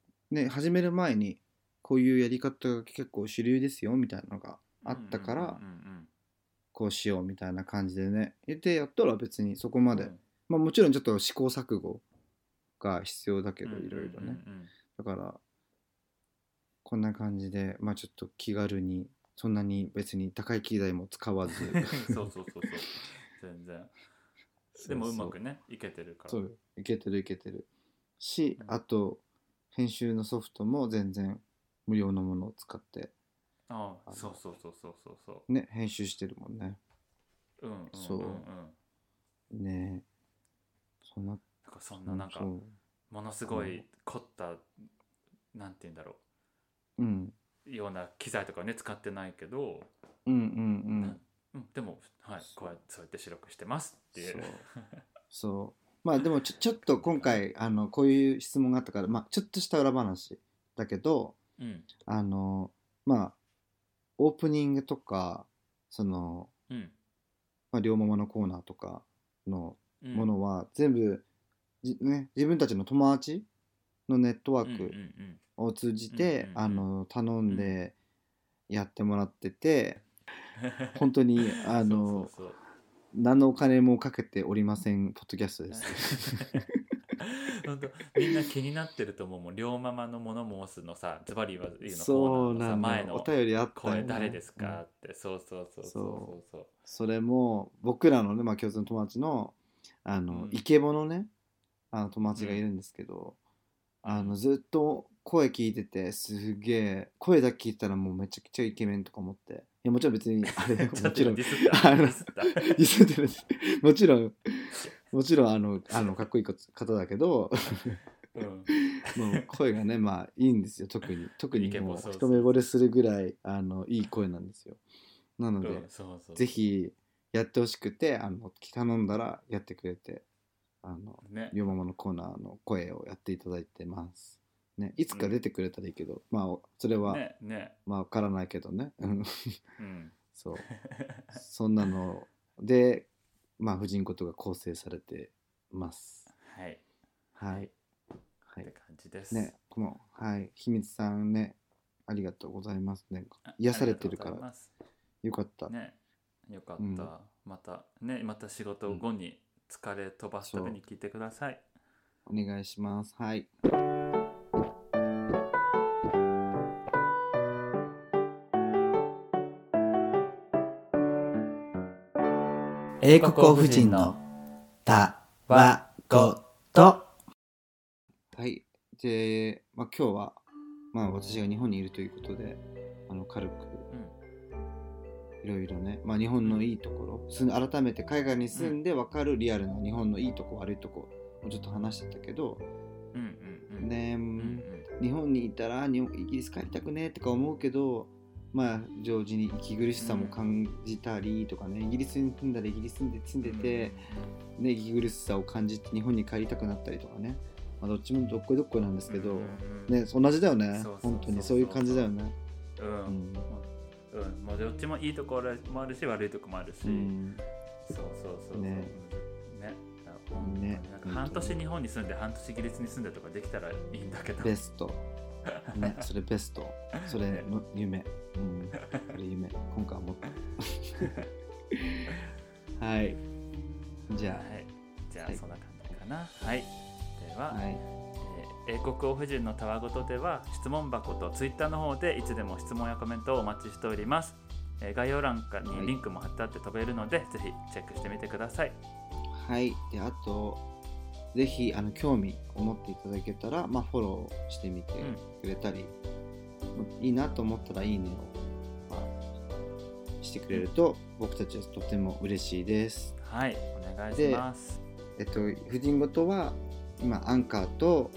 Speaker 2: そうね始める前にこういうやり方が結構主流ですよみたいなのがあったから、
Speaker 3: うんうん
Speaker 2: こうしようみたいな感じでね言ってやったら別にそこま
Speaker 3: うんうん
Speaker 2: で、まあもちろんちょっと試行錯誤が必要だけど
Speaker 3: うん
Speaker 2: いろいろ
Speaker 3: うんう
Speaker 2: ね
Speaker 3: んうん
Speaker 2: だからこんな感じでまあちょっと気軽にそんなに別に高い機材も使わず
Speaker 3: そうそうそうそう全然でもうまくねいけてるから
Speaker 2: そういけてるいけてるし、
Speaker 3: うん
Speaker 2: あと編集のソフトも全然無料のものを使って
Speaker 3: あ
Speaker 2: あ
Speaker 3: あ
Speaker 2: の
Speaker 3: そうそうそうそうそうそ
Speaker 2: ね編集してるもんね
Speaker 3: ううんうんうんうん
Speaker 2: そうねえそんな
Speaker 3: だからそんななんか
Speaker 2: そう
Speaker 3: ものすごい凝ったなんて言うんだろ
Speaker 2: うん
Speaker 3: うような機材とかね使ってないけど、
Speaker 2: うんうんう
Speaker 3: なんうんでもはいこうやってそうやって白くしてますってい
Speaker 2: そううそうまあでもちょちょっと今回あのこういう質問があったから、まあ、ちょっとした裏話だけど
Speaker 3: うん
Speaker 2: あのまあオープニングとかその、
Speaker 3: うん
Speaker 2: まあ、両ママのコーナーとかの
Speaker 3: うん
Speaker 2: ものは全部、じね、自分たちの友達のネットワ
Speaker 3: うん
Speaker 2: ー
Speaker 3: うんう
Speaker 2: ク
Speaker 3: ん
Speaker 2: を通じて、
Speaker 3: うんうんうん
Speaker 2: あの頼んでやってもらってて、 本当にあの
Speaker 3: そうそうそう
Speaker 2: 何のお金もかけておりませんポッドキャスト です。
Speaker 3: 本当みんな気になってると思うもん両ママのモノ申すのさズバリは言うの
Speaker 2: そう
Speaker 3: コー
Speaker 2: な
Speaker 3: ナーのさ
Speaker 2: んだ
Speaker 3: 前
Speaker 2: よ。お
Speaker 3: の
Speaker 2: 便りあったよ
Speaker 3: 声
Speaker 2: ね
Speaker 3: 誰ですか
Speaker 2: うん
Speaker 3: って、そうそうそうそうそう
Speaker 2: それも僕らのね、まあ、共通の友達のあの、
Speaker 3: うん
Speaker 2: イケボのねあの友達がいるんですけど、あのずっと声聞いててすげえ声だけ聞いたらもうめちゃくちゃイケメンとか思っていやもちろん 別にあれ
Speaker 3: ちょ
Speaker 2: も
Speaker 3: っと
Speaker 2: ちろん
Speaker 3: ディスった
Speaker 2: あの
Speaker 3: ディスった
Speaker 2: ディスってるんです もちろんもちろんあのあのかっこいい方だけど
Speaker 3: うん
Speaker 2: もう声がねまあいいんですよ特に特に
Speaker 3: イケボ
Speaker 2: もう
Speaker 3: そうそ
Speaker 2: 一
Speaker 3: う
Speaker 2: 目惚れするぐらいあのいい声なんですよなので、
Speaker 3: うんそうそう
Speaker 2: ぜひやってほしくてあの頼んだらやってくれてあの
Speaker 3: ね
Speaker 2: よままのコーナーの声をやっていただいてますねいつか出てくれたらいいけど、まあおそれは、
Speaker 3: ねね
Speaker 2: まあわからないけどねうん
Speaker 3: うん
Speaker 2: そうそんなのでまあ婦人ことが構成されてます
Speaker 3: はい
Speaker 2: はい、は
Speaker 3: って
Speaker 2: い
Speaker 3: 感じです
Speaker 2: ね、この、はい、秘密さんね、ありがとうございます。ね、
Speaker 3: あ
Speaker 2: 癒されてるか
Speaker 3: あ
Speaker 2: ら、
Speaker 3: りがとうございます
Speaker 2: よかった。
Speaker 3: ねよかった、
Speaker 2: うん
Speaker 3: またねまた仕事後に疲れ飛ばすために聞いてください、
Speaker 2: お願いします。はい。英
Speaker 3: 国王夫人の
Speaker 2: た
Speaker 3: わごと。
Speaker 2: はい。で、まあ、今日は、まあ、私が日本にいるということで、あの、軽く、
Speaker 3: うん
Speaker 2: いろいろね、まあ、日本のいいところすん改めて海外に住んで分かるリアルな日本のいいとこ悪いとこもちょっと話してたけど、
Speaker 3: うんうんうん
Speaker 2: ね
Speaker 3: うんうん
Speaker 2: 日本にいたらにイギリス帰りたくねえとか思うけどまあ、常時に息苦しさも感じたりとかね、イギリスに住んだらイギリスに住んでて、ね、息苦しさを感じて日本に帰りたくなったりとかね、まあ、どっちもどっこいどっこいなんですけど、
Speaker 3: うんうん
Speaker 2: ね、同じだよね
Speaker 3: そうそうそうそう
Speaker 2: 本当にそういう感じだよね。
Speaker 3: うんう
Speaker 2: うんん
Speaker 3: うんもうどっちもいいところもあるし悪いところもあるし、
Speaker 2: うん
Speaker 3: そうそうそうそう
Speaker 2: ね
Speaker 3: ねうん
Speaker 2: ね
Speaker 3: なんか半年日本に住んで半年イギリスに住んでとかできたらいいんだけど
Speaker 2: ベスト。ね、それベスト。それの夢。うん、それ夢。今回は 思った。はい。じゃ
Speaker 3: はい、じゃ
Speaker 2: は
Speaker 3: あ
Speaker 2: い
Speaker 3: そんな感じかなはいで
Speaker 2: あ、
Speaker 3: は、
Speaker 2: はい。
Speaker 3: えー英国オフ人のたわごとでは質問箱とツイッターの方でいつでも質問やコメントをお待ちしております、えー概要欄にリンクも貼ってあって飛べるので、ぜひチェックしてみてください
Speaker 2: はい。で、あと、ぜひ、あの、興味を持っていただけたら、まあ、フォローしてみてくれたり、いいなと思ったら、いいねを、まあ、してくれると、僕たちはとても嬉しいです。
Speaker 3: はいお願いします
Speaker 2: えっと、婦人ごとは今アンカーと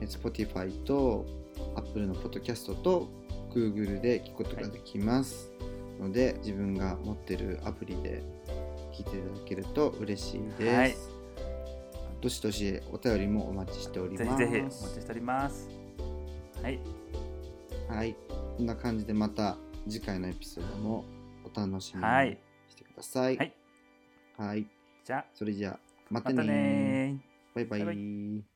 Speaker 2: え Spotify と Apple のポッドキャストと Google で聞くことができます、ので自分が持ってるアプリで聞いていただけると嬉しいです、
Speaker 3: はい
Speaker 2: どしどしお便りもお待ちしており
Speaker 3: ぜ
Speaker 2: ま
Speaker 3: ひ
Speaker 2: す
Speaker 3: ぜひお待ちしておりますはい
Speaker 2: はいこんな感じでまた次回のエピソードもお楽しみに
Speaker 3: はい
Speaker 2: してください
Speaker 3: はい、
Speaker 2: はい
Speaker 3: じゃあ
Speaker 2: それじゃあまた
Speaker 3: ま
Speaker 2: ね
Speaker 3: たねー
Speaker 2: バイバイ
Speaker 3: バイバ
Speaker 2: イ